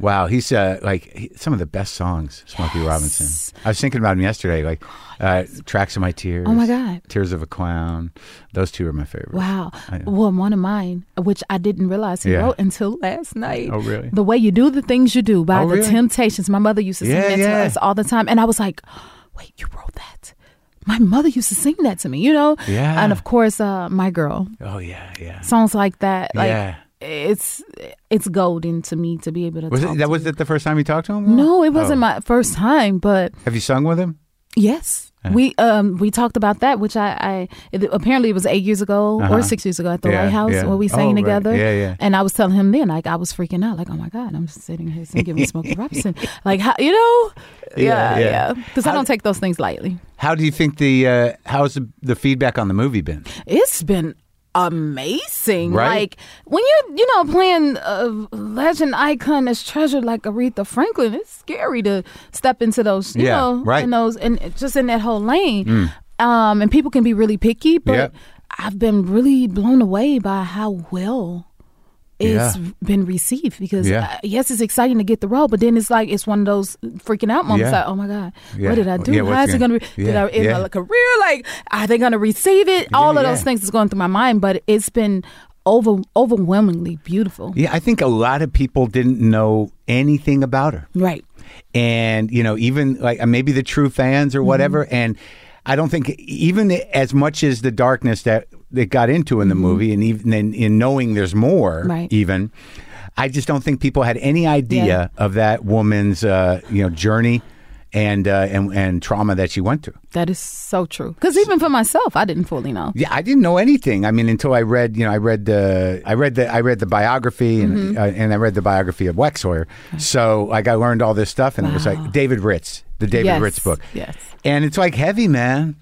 S2: Wow, he's uh, like he, some of the best songs, Smokey Robinson. I was thinking about him yesterday, like uh, "Tracks of My Tears."
S3: Oh, my God.
S2: "Tears of a Clown." Those two are my favorites.
S3: Wow.
S2: I know.
S3: Well, one of mine, which I didn't realize he
S2: Yeah.
S3: wrote until last night.
S2: Oh, really?
S3: The way you do the things you do by
S2: Oh,
S3: the
S2: really?
S3: Temptations. My mother used to sing
S2: Yeah,
S3: that
S2: yeah.
S3: to us all the time, and I was like, "Wait, you wrote that?" My mother used to sing that to me, you know.
S2: Yeah.
S3: And of course, uh, my girl
S2: Oh yeah, yeah.
S3: songs like that. Like,
S2: Yeah.
S3: It's it's golden to me to be able to.
S2: Was
S3: talk
S2: it that?
S3: to
S2: Was
S3: you.
S2: it the first time you talked to him?
S3: No, it
S2: Oh.
S3: wasn't my first time, but
S2: Have you sung with him?
S3: Yes. We um we talked about that, which I, I it- apparently it was eight years ago
S2: Uh-huh.
S3: or six years ago at the
S2: Yeah,
S3: White House
S2: yeah.
S3: where we
S2: Oh,
S3: sang
S2: right.
S3: together.
S2: Yeah, yeah.
S3: And I was telling him then, like I was freaking out, like oh my god, I'm just sitting here singing with Smokey Robinson, like how you know,
S2: Yeah,
S3: yeah,
S2: yeah.
S3: yeah, because I don't take those things lightly.
S2: How do you think the uh, how's the, the feedback on the movie been?
S3: It's been amazing
S2: Right?
S3: like when you're you know playing a legend icon that's treasured like aretha franklin it's scary to step into those you
S2: Yeah,
S3: know
S2: right. Mm.
S3: in those and just in that whole lane um and people can be really picky but
S2: Yep.
S3: i've been really blown away by how well it's
S2: Yeah.
S3: been received because
S2: Yeah.
S3: uh, yes it's exciting to get the role but then it's like it's one of those freaking out moments
S2: Yeah.
S3: like oh my god
S2: Yeah.
S3: what did i do
S2: Yeah,
S3: how
S2: what's
S3: is it
S2: gonna-
S3: gonna be did
S2: Yeah,
S3: i in
S2: yeah.
S3: my career like are they gonna receive it all of
S2: yeah.
S3: those things is going through my mind but it's been over overwhelmingly beautiful
S2: Yeah, I think a lot of people didn't know anything about her.
S3: right
S2: and you know even like uh, maybe the true fans or whatever
S3: Mm-hmm.
S2: and i don't think even as much as the darkness that that got into in the movie and even in, in knowing there's more
S3: Mm-hmm. Right.
S2: even i just don't think people had any idea of that woman's uh, you know journey and uh, and and trauma that she went through
S3: that is so true because even for myself i didn't fully know
S2: yeah, I didn't know anything. I mean, until I read, you know, I read the, I read the, I read the biography, and
S3: Mm-hmm.
S2: uh, and I read the biography of Wex Sawyer. So, like, I learned all this stuff, and it was like David Ritz, the David
S3: Yes,
S2: Ritz book.
S3: yes.
S2: and it's like heavy, man.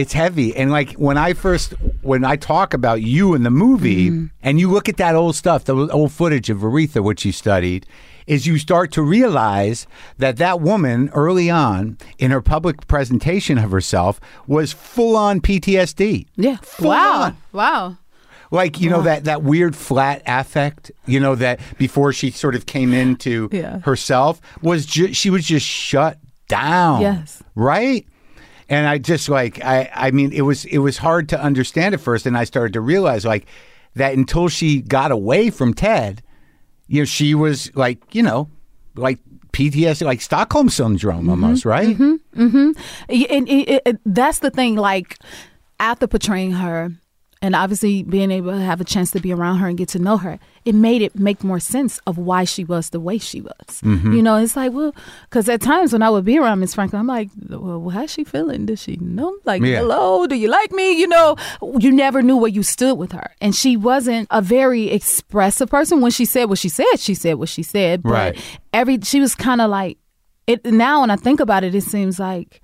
S2: It's heavy, and like when I first, when I talk about you in the movie,
S3: Mm-hmm.
S2: and you look at that old stuff, the old footage of Aretha, which you studied. Is you start to realize that that woman early on in her public presentation of herself was full on PTSD
S3: yeah
S2: Full
S3: wow
S2: on.
S3: wow
S2: like you know that that weird flat affect you know that before she sort of came into
S3: Yeah.
S2: herself was ju- she was just shut down
S3: Yes.
S2: right and i just like i i mean it was it was hard to understand at first and i started to realize like that until she got away from ted you know she was like you know like PTSD, like Stockholm
S3: Mm-hmm.
S2: syndrome, almost, right?
S3: Y- and it, it, it- that's the thing like after portraying her and obviously being able to have a chance to be around her and get to know her it made it make more sense of why she was the way she was
S2: Mm-hmm.
S3: you know it's like well because at times when i would be around miss franklin i'm like well how's she feeling does she know like
S2: Yeah.
S3: hello do you like me you know you never knew where you stood with her and she wasn't a very expressive person when she said what she said she said what she said but
S2: Right.
S3: every she was kind of like it now when i think about it it seems like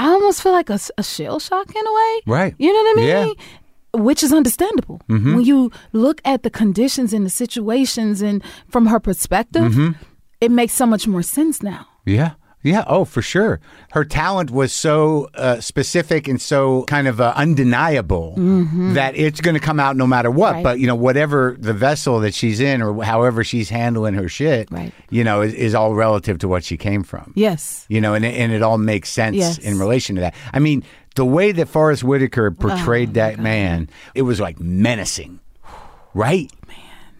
S3: I almost feel like a, s- a shell shock in a way.
S2: Right.
S3: You know what I
S2: Yeah. Mm-hmm.
S3: mean? Which is understandable. When you look at the conditions and the situations and from her perspective,
S2: Mm-hmm.
S3: it makes so much more sense now.
S2: Yeah. Yeah. Oh, for sure. Her talent was so uh, specific and so kind of uh, undeniable that it's going to come out no matter what.
S3: Mm-hmm. Right.
S2: But, you know, whatever the vessel that she's in or however she's handling her shit,
S3: Right.
S2: you know, is, is all relative to what she came from.
S3: Yes.
S2: You know, and, it- and it all makes sense
S3: Yes. Oh,
S2: in relation to that. I mean, the way that Forrest Whitaker portrayed that man, it was like menacing, right?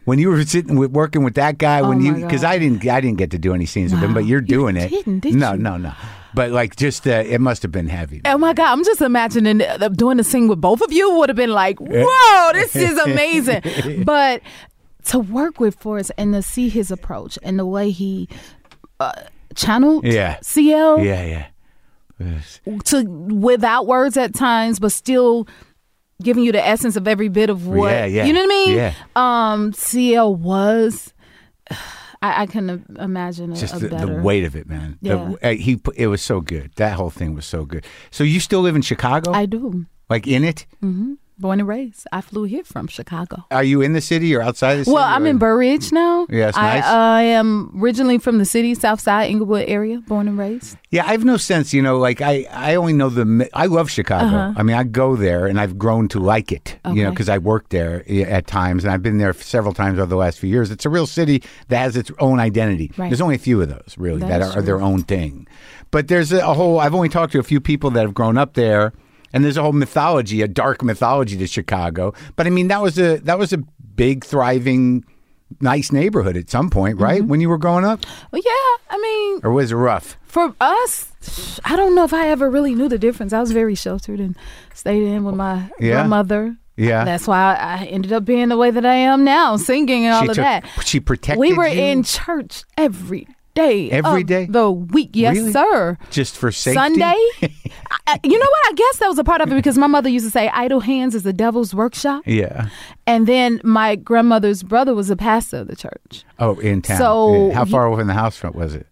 S2: When you were sitting with, working with that guy, when
S3: Oh, my
S2: you because I didn't I didn't get to do any scenes with him, but
S3: Wow.
S2: you're
S3: You
S2: doing it.
S3: didn't, did
S2: no,
S3: you?
S2: no, no. But like, just uh, it must have been heavy.
S3: Oh my God, I'm just imagining uh,
S2: Eh.
S3: doing the scene with both of you would have been like, whoa, this is amazing. but to work with for us and to see his approach and the way he uh, channeled
S2: Yeah.
S3: CL
S2: Yeah, yeah. Yes.
S3: to without words at times, but still giving you the essence of every bit of what
S2: Yeah, yeah.
S3: you know what I mean.
S2: Yeah.
S3: Um, CL was. I, I couldn't imagine a,
S2: Just
S3: a
S2: the, the
S3: better.
S2: weight of it, man. The- uh, he pu- it was so good. That whole thing was so good. So you still live in Chicago?
S3: I Mm. do.
S2: like in it?
S3: Born and raised. I flew here from Chicago.
S2: Are you in the city or outside the city?
S3: Well, I'm
S2: or-
S3: in Burr Ridge now.
S2: Yeah, that's
S3: I,
S2: nice.
S3: I am originally from the city, South Side, Inglewood area, born and raised.
S2: Yeah, I have no sense. You know, like I, I only know the. mi- I love Chicago. I mean, I go there and I've grown to like it. You know,
S3: Uh-huh. Okay.
S2: because I work there i- at times, and I've been there several times over the last few years. It's a real city that has its own identity.
S3: Right.
S2: There's only a few of those really that,
S3: That is
S2: are, are their
S3: true.
S2: own thing. But there's a whole. I've only talked to a few people that have grown up there, and there's a whole mythology, a dark mythology to Chicago. But I mean, that was a that was a big thriving. Nice neighborhood at some point, right?
S3: Mm-hmm.
S2: When you were growing up,
S3: Well, yeah, I mean,
S2: or was it rough?
S3: for us, I don't know if I ever really knew the difference. I was very sheltered and stayed in with my
S2: Yeah.
S3: mother.
S2: Yeah.
S3: That's why I I ended up being the way that I am now, singing and all
S2: she
S3: of
S2: took,
S3: that.
S2: She protected.
S3: We were
S2: you?
S3: in church every day.
S2: Every
S3: of
S2: day?
S3: The week. Yes,
S2: Really?
S3: sir.
S2: just for safety.
S3: Sunday. I, I- you know what? I guess that was a part of it because my mother used to say, idle hands is the devil's workshop.
S2: Yeah.
S3: And then my grandmother's brother was a pastor of the church.
S2: Oh, in town.
S3: So-
S2: Yeah. how far away from the house front was it?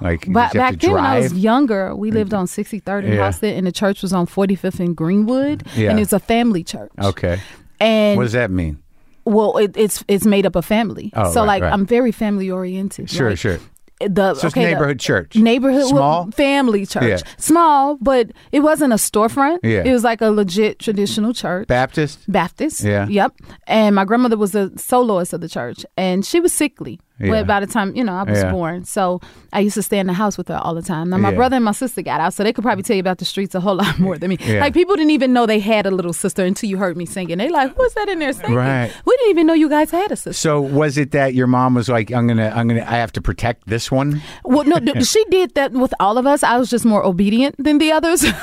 S2: Like did
S3: But
S2: you have
S3: back
S2: to
S3: then, when I was
S2: drive. Mm-hmm.
S3: younger, we lived on 63rd and
S2: Yeah.
S3: Houston, and the church was on 45th and Greenwood,
S2: Yeah.
S3: and it's a family church.
S2: okay.
S3: And
S2: What does that mean?
S3: well, it, it's it's made up of family.
S2: Oh,
S3: so
S2: right,
S3: like
S2: right.
S3: I'm very family oriented.
S2: Sure,
S3: Like,
S2: sure.
S3: The
S2: So
S3: okay, the
S2: it's neighborhood church.
S3: neighborhood
S2: Small?
S3: well, family church,
S2: Yeah.
S3: small, but it wasn't a storefront.
S2: Yeah.
S3: It was like a legit traditional church.
S2: Baptist.
S3: Baptist.
S2: Yeah.
S3: Yep. And my grandmother was a soloist of the church, and she was sickly.
S2: Yeah.
S3: But by the time you know I was
S2: Yeah.
S3: born, so I used to stay in the house with her all the time. Now my
S2: Yeah.
S3: brother and my sister got out, so they could probably tell you about the streets a whole lot more than me.
S2: Yeah.
S3: Like people didn't even know they had a little sister until you heard me singing. They like, who's that in there singing?
S2: Right.
S3: We didn't even know you guys had a sister.
S2: So was it that your mom was like, I'm gonna, I'm gonna, I have to protect this one?
S3: Well, no, th- she did that with all of us. I was just more obedient than the others. like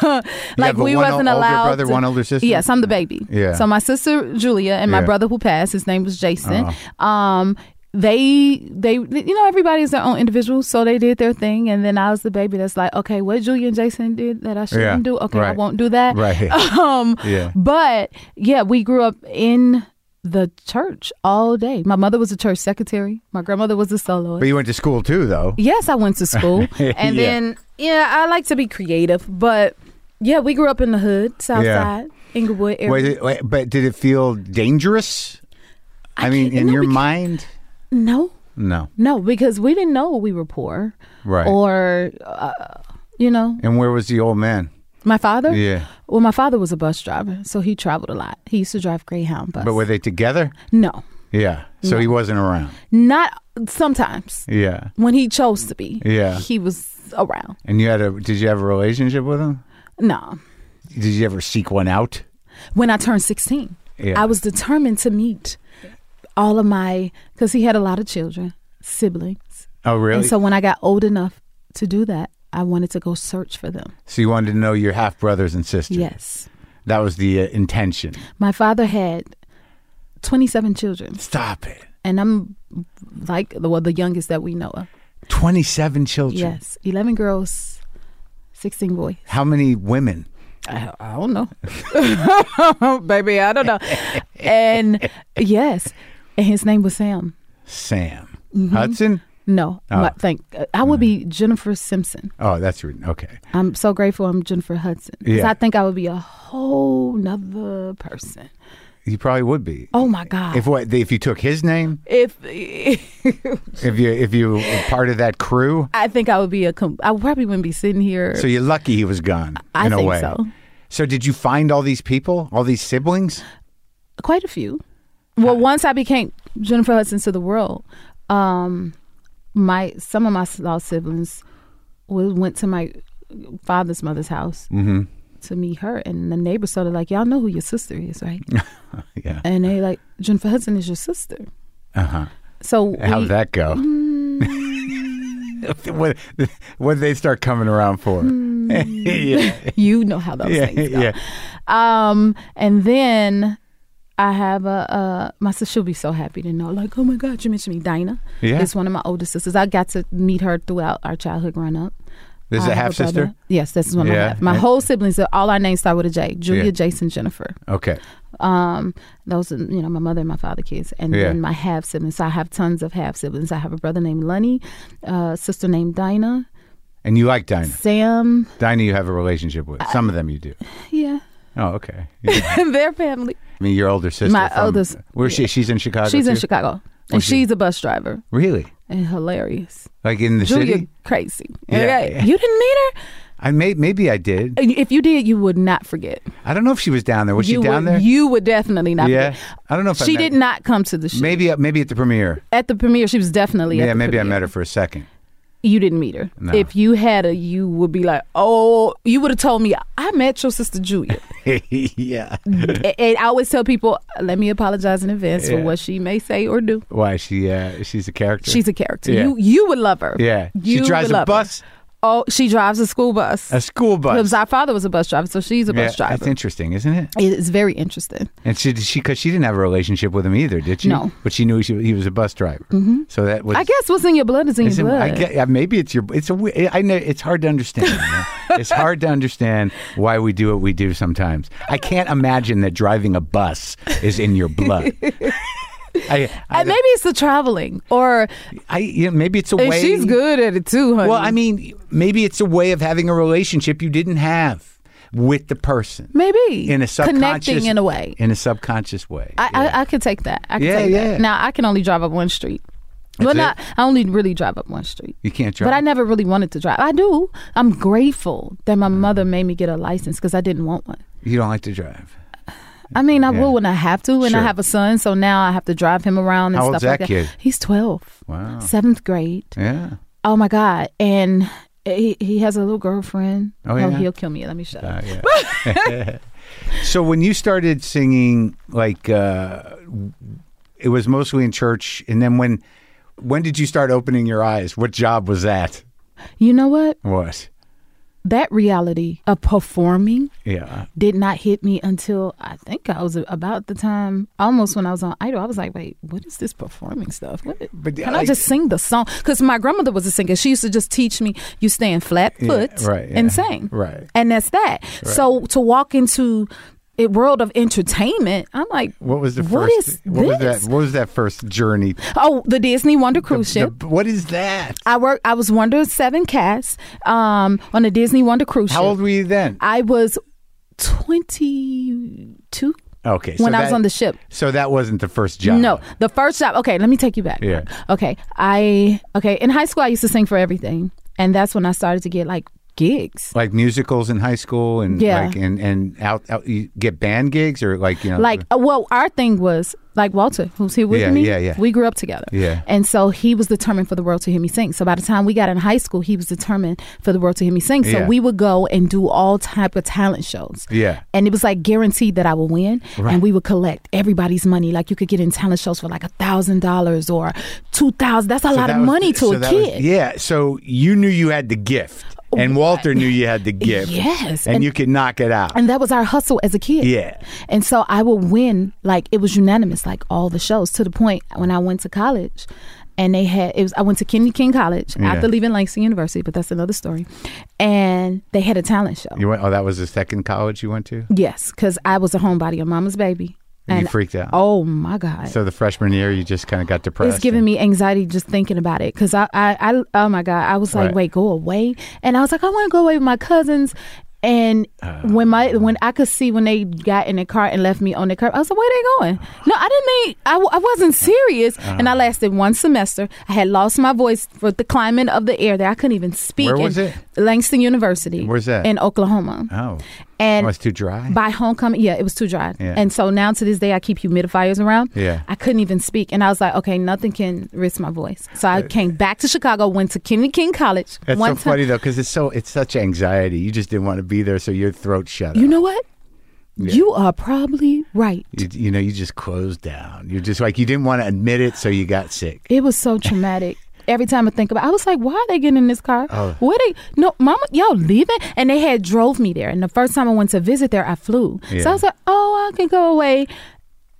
S2: have a
S3: we
S2: one
S3: wasn't
S2: older
S3: allowed.
S2: brother,
S3: to-
S2: one older sister?
S3: Yes, I'm the baby.
S2: Yeah.
S3: So my sister Julia and my
S2: Yeah. Uh-huh.
S3: brother who passed, his name was Jason. Um, they, they, you know, everybody's their own individual, so they did their thing, and then I was the baby. That's like, okay, what Julia and Jason did that I shouldn't
S2: Yeah,
S3: do. Okay, I
S2: right.
S3: won't do that.
S2: Right.
S3: Um,
S2: Yeah.
S3: But yeah, we grew up in the church all day. My mother was a church secretary. My grandmother was a soloist.
S2: But you went to school too, though.
S3: Yes, I went to school.
S2: Yeah.
S3: and then, yeah, I like to be creative. But yeah, we grew up in the hood, South
S2: Yeah.
S3: Side, Inglewood area.
S2: Was it, wait, but did it feel dangerous? I, mean,
S3: can't-
S2: in
S3: no,
S2: your
S3: we can't-
S2: mind?
S3: No,
S2: No.
S3: no, because we didn't know we were poor.
S2: Right.
S3: Or, uh, you know,
S2: and where was the old man?
S3: my father.
S2: Yeah.
S3: Well, my father was a bus driver, so he traveled a lot. He used to drive Greyhound bus.
S2: But were they together?
S3: no,
S2: Yeah. So he wasn't around.
S3: not sometimes.
S2: Yeah.
S3: When he chose to be,
S2: Yeah.
S3: he was around.
S2: And you had a? Did you have a relationship with him?
S3: No,
S2: Did you ever seek one out?
S3: when I turned 16.
S2: Yeah.
S3: I was determined to meet all of my, because he had a lot of children, siblings.
S2: Oh, really?
S3: And so when I got old enough to do that, I wanted to go search for them.
S2: so you wanted to know your half brothers and sisters.
S3: Yes.
S2: That was the uh, intention.
S3: My father had 27 children,
S2: Stop it.
S3: and I'm like, well, the youngest that we know of.
S2: Twenty-seven children.
S3: Yes. 11 girls, 16 boys.
S2: How many women?
S3: I, I don't know. Baby, I don't know. And yes. And his name was Sam.
S2: Sam
S3: Mm-hmm.
S2: Hudson.
S3: No,
S2: Oh.
S3: my- thank. I would be Jennifer Simpson.
S2: Oh, that's re- okay.
S3: I'm so grateful I'm Jennifer Hudson. 'Cause
S2: Yeah.
S3: I think I would be a whole nother person.
S2: You probably would be
S3: Oh my God.
S2: if what if you took his name.
S3: If,
S2: If you if you were part of that crew.
S3: I think I would be a, com- I probably wouldn't be sitting here.
S2: So you're lucky he was gone.
S3: I
S2: in a
S3: think
S2: way.
S3: so.
S2: So did you find all these people, all these siblings?
S3: Quite a few. Well, once I became Jennifer Hudson to the world, um, my some of my lost siblings w- went to my father's mother's house
S2: Mm-hmm.
S3: to meet her, and the neighbors started like, "Y'all know who your sister is, right?"
S2: Yeah.
S3: and they like, "Jennifer Hudson is your sister."
S2: Uh huh.
S3: So we-
S2: How'd that go? what what did they start coming around for?
S3: Hmm.
S2: yeah,
S3: you know how those
S2: yeah,
S3: things go.
S2: yeah.
S3: Um, and then I have a, a my sister. She'll be so happy to know. Like, oh my God, you mentioned me, Dinah.
S2: Yeah.
S3: is one of my older sisters. I got to meet her throughout our childhood growing up.
S2: This is
S3: I
S2: a
S3: have
S2: half sister.
S3: brother. Yes, this is one I
S2: Yeah.
S3: have. My
S2: And-
S3: whole siblings, uh, all our names start with a J: Julia,
S2: Yeah.
S3: Jason, Jennifer.
S2: Okay.
S3: Um, those are you know my mother and my father kids, and
S2: Yeah.
S3: then my half siblings. So I have tons of half siblings. I have a brother named Lenny, a sister named Dinah,
S2: And you like Dinah?
S3: Sam.
S2: Dinah, you have a relationship with. Some of them you do.
S3: Yeah,
S2: Oh, okay. Yeah.
S3: their family.
S2: I mean, your older sister.
S3: My
S2: from-
S3: oldest-
S2: Where's she? She's in Chicago.
S3: she's in
S2: too?
S3: Chicago,
S2: Oh,
S3: and
S2: she-
S3: she's a bus driver
S2: Really?
S3: and hilarious.
S2: Like in the
S3: Julia,
S2: city?
S3: crazy.
S2: Yeah,
S3: okay.
S2: yeah.
S3: You didn't meet her.
S2: I may, maybe I did.
S3: And If you did, you would not forget.
S2: I don't know if she was down there. Was
S3: you
S2: she down
S3: would,
S2: there?
S3: You would definitely not.
S2: yeah.
S3: forget.
S2: I don't know if I
S3: She
S2: met-
S3: did not come to the show.
S2: Maybe uh, maybe at the premiere.
S3: At the premiere, she was definitely.
S2: Yeah,
S3: at the
S2: maybe I
S3: premiere.
S2: met her for a second.
S3: You didn't meet her.
S2: No.
S3: If you had her, you would be like, oh, you would have told me I met your sister Julia.
S2: yeah.
S3: and, and I always tell people, let me apologize in advance
S2: Yeah.
S3: for what she may say or do.
S2: Why she? Uh, she's a character.
S3: She's a character.
S2: Yeah.
S3: You you would love her.
S2: yeah.
S3: You
S2: she drives
S3: would
S2: a
S3: love her.
S2: bus,
S3: Oh, she drives a school bus.
S2: a school bus.
S3: Because our father was a bus driver, so she's a
S2: Yeah,
S3: bus driver.
S2: That's interesting, isn't it?
S3: it is very interesting.
S2: And she she because she didn't have a relationship with him either, did she?
S3: No.
S2: But she knew she, he was a bus driver. Mm-hmm. So that was.
S3: I guess what's in your blood is in
S2: Is it-
S3: your blood.
S2: I get, yeah, maybe it's your. It's a. we- I know it's hard to understand. you know? it's hard to understand why we do what we do sometimes. I can't imagine that driving a bus is in your blood. I, I,
S3: and maybe it's the traveling, or
S2: I- yeah, maybe it's a
S3: and
S2: way.
S3: she's good at it too, honey.
S2: Well, I mean, maybe it's a way of having a relationship you didn't have with the person
S3: maybe
S2: in a subconscious
S3: connecting in a way.
S2: In a subconscious way.
S3: I,
S2: yeah.
S3: I, I could take that. I could
S2: Yeah,
S3: take
S2: yeah.
S3: that. Now I can only drive up one street. well,
S2: That's it?
S3: not I only really drive up one street.
S2: you can't drive.
S3: But I never really wanted to drive. I do. I'm grateful that my mother made me get a license because I didn't want one.
S2: you don't like to drive.
S3: I mean, I
S2: Yeah.
S3: will when I have to, and I
S2: Sure.
S3: have a son, so now I have to drive him around and
S2: How
S3: stuff
S2: old's
S3: like
S2: that
S3: that.
S2: kid?
S3: He's 12,
S2: Wow.
S3: seventh grade.
S2: Yeah.
S3: Oh my god! And he he has a little girlfriend.
S2: Oh, yeah?
S3: he'll kill me. Let me shut up.
S2: Uh, yeah. so when you started singing, like uh, it was mostly in church, and then when when did you start opening your eyes? What job was that?
S3: You know what?
S2: What?
S3: That reality of performing
S2: Yeah.
S3: did not hit me until I think I was about the time, almost when I was on Idol. I was like, wait, what is this performing stuff? What,
S2: But,
S3: can
S2: like-
S3: I just sing the song? Because my grandmother was a singer. She used to just teach me, you stand flat foot
S2: right, yeah,
S3: and sing.
S2: right.
S3: And that's that. So to walk into a world of entertainment, I'm like,
S2: What was the first?
S3: What is
S2: what was that?
S3: this?
S2: What was that first journey?
S3: oh, the Disney Wonder Cruise
S2: The-
S3: Ship.
S2: what is that?
S3: I work. I was Wonder Seven cast um, on the Disney Wonder Cruise
S2: How
S3: ship.
S2: old were you then?
S3: I was twenty two
S2: Okay.
S3: when
S2: so
S3: I was
S2: that-
S3: on the ship.
S2: So that wasn't the first job.
S3: No, the first job. Okay, let me take you back.
S2: Yeah.
S3: Okay, I okay in high school I used to sing for everything, and that's when I started to get like gigs.
S2: Like musicals in high school and
S3: Yeah.
S2: like and and out, out you get band gigs or like you know
S3: Like, uh, well, our thing was like Walter, who's here with
S2: Yeah,
S3: me.
S2: yeah, yeah.
S3: We grew up together.
S2: Yeah.
S3: And so he was determined for the world to hear me sing. So by the time we got in high school, he was determined for the world to hear me sing. So
S2: Yeah.
S3: we would go and do all type of talent shows.
S2: Yeah.
S3: and it was like guaranteed that I would win, and we would collect everybody's money. Like you could get in talent shows for like a thousand dollars or two thousand. That's a
S2: So
S3: lot
S2: that
S3: of
S2: was-
S3: money to
S2: so
S3: a
S2: that was-
S3: kid. Oh,
S2: yeah. So you knew you had the gift, and Walter knew you had the gift.
S3: Yes,
S2: And,
S3: and-
S2: you could knock it out.
S3: And that was our hustle as a kid.
S2: Yeah.
S3: And so I would win, like it was unanimous, like all the shows. To the point when I went to college, and they had it was I went to Kennedy King College
S2: Yeah.
S3: after leaving Langston University, but that's another story. And they had a talent show.
S2: you went. Oh, that was the second college you went to.
S3: Yes, because I was a homebody, a mama's baby.
S2: And
S3: And
S2: you freaked out.
S3: Oh my God.
S2: So the freshman year, you just kind of got depressed.
S3: It's giving me anxiety just thinking about it because I, I, I, oh my God, I was like,
S2: Right.
S3: wait, go away, and I was like, I want to go away with my cousins. And
S2: Ah.
S3: when my when I could see when they got in the car and left me on the curb, I was like, "Where they going?" No, I didn't mean I, w- I wasn't serious. and
S2: Ah.
S3: I lasted one semester. I had lost my voice for the climate of the air that I couldn't even speak.
S2: Where was
S3: in
S2: it?
S3: Langston University.
S2: Where's that?
S3: In Oklahoma.
S2: Oh,
S3: and
S2: oh, it's too dry.
S3: by homecoming, yeah, it was too dry.
S2: Yeah.
S3: And so now to this day, I keep humidifiers around.
S2: Yeah.
S3: I couldn't even speak. And I was like, okay, nothing can risk my voice. So I came back to Chicago, went to Kennedy King College.
S2: That's so
S3: one time.
S2: funny though, because it's so it's such anxiety. You just didn't want to be there, so your throat shut.
S3: You
S2: up.
S3: know what? You are probably right.
S2: You, you know, you just closed down. You're just like you didn't want to admit it, so you got sick.
S3: It was so traumatic. Every time I think about, it, I was like, "Why are they getting in this car?
S2: Oh.
S3: Where they? No, Mama, y'all leaving?" And they had drove me there. And the first time I went to visit there, I flew.
S2: Yeah.
S3: So I was like, "Oh, I can go away."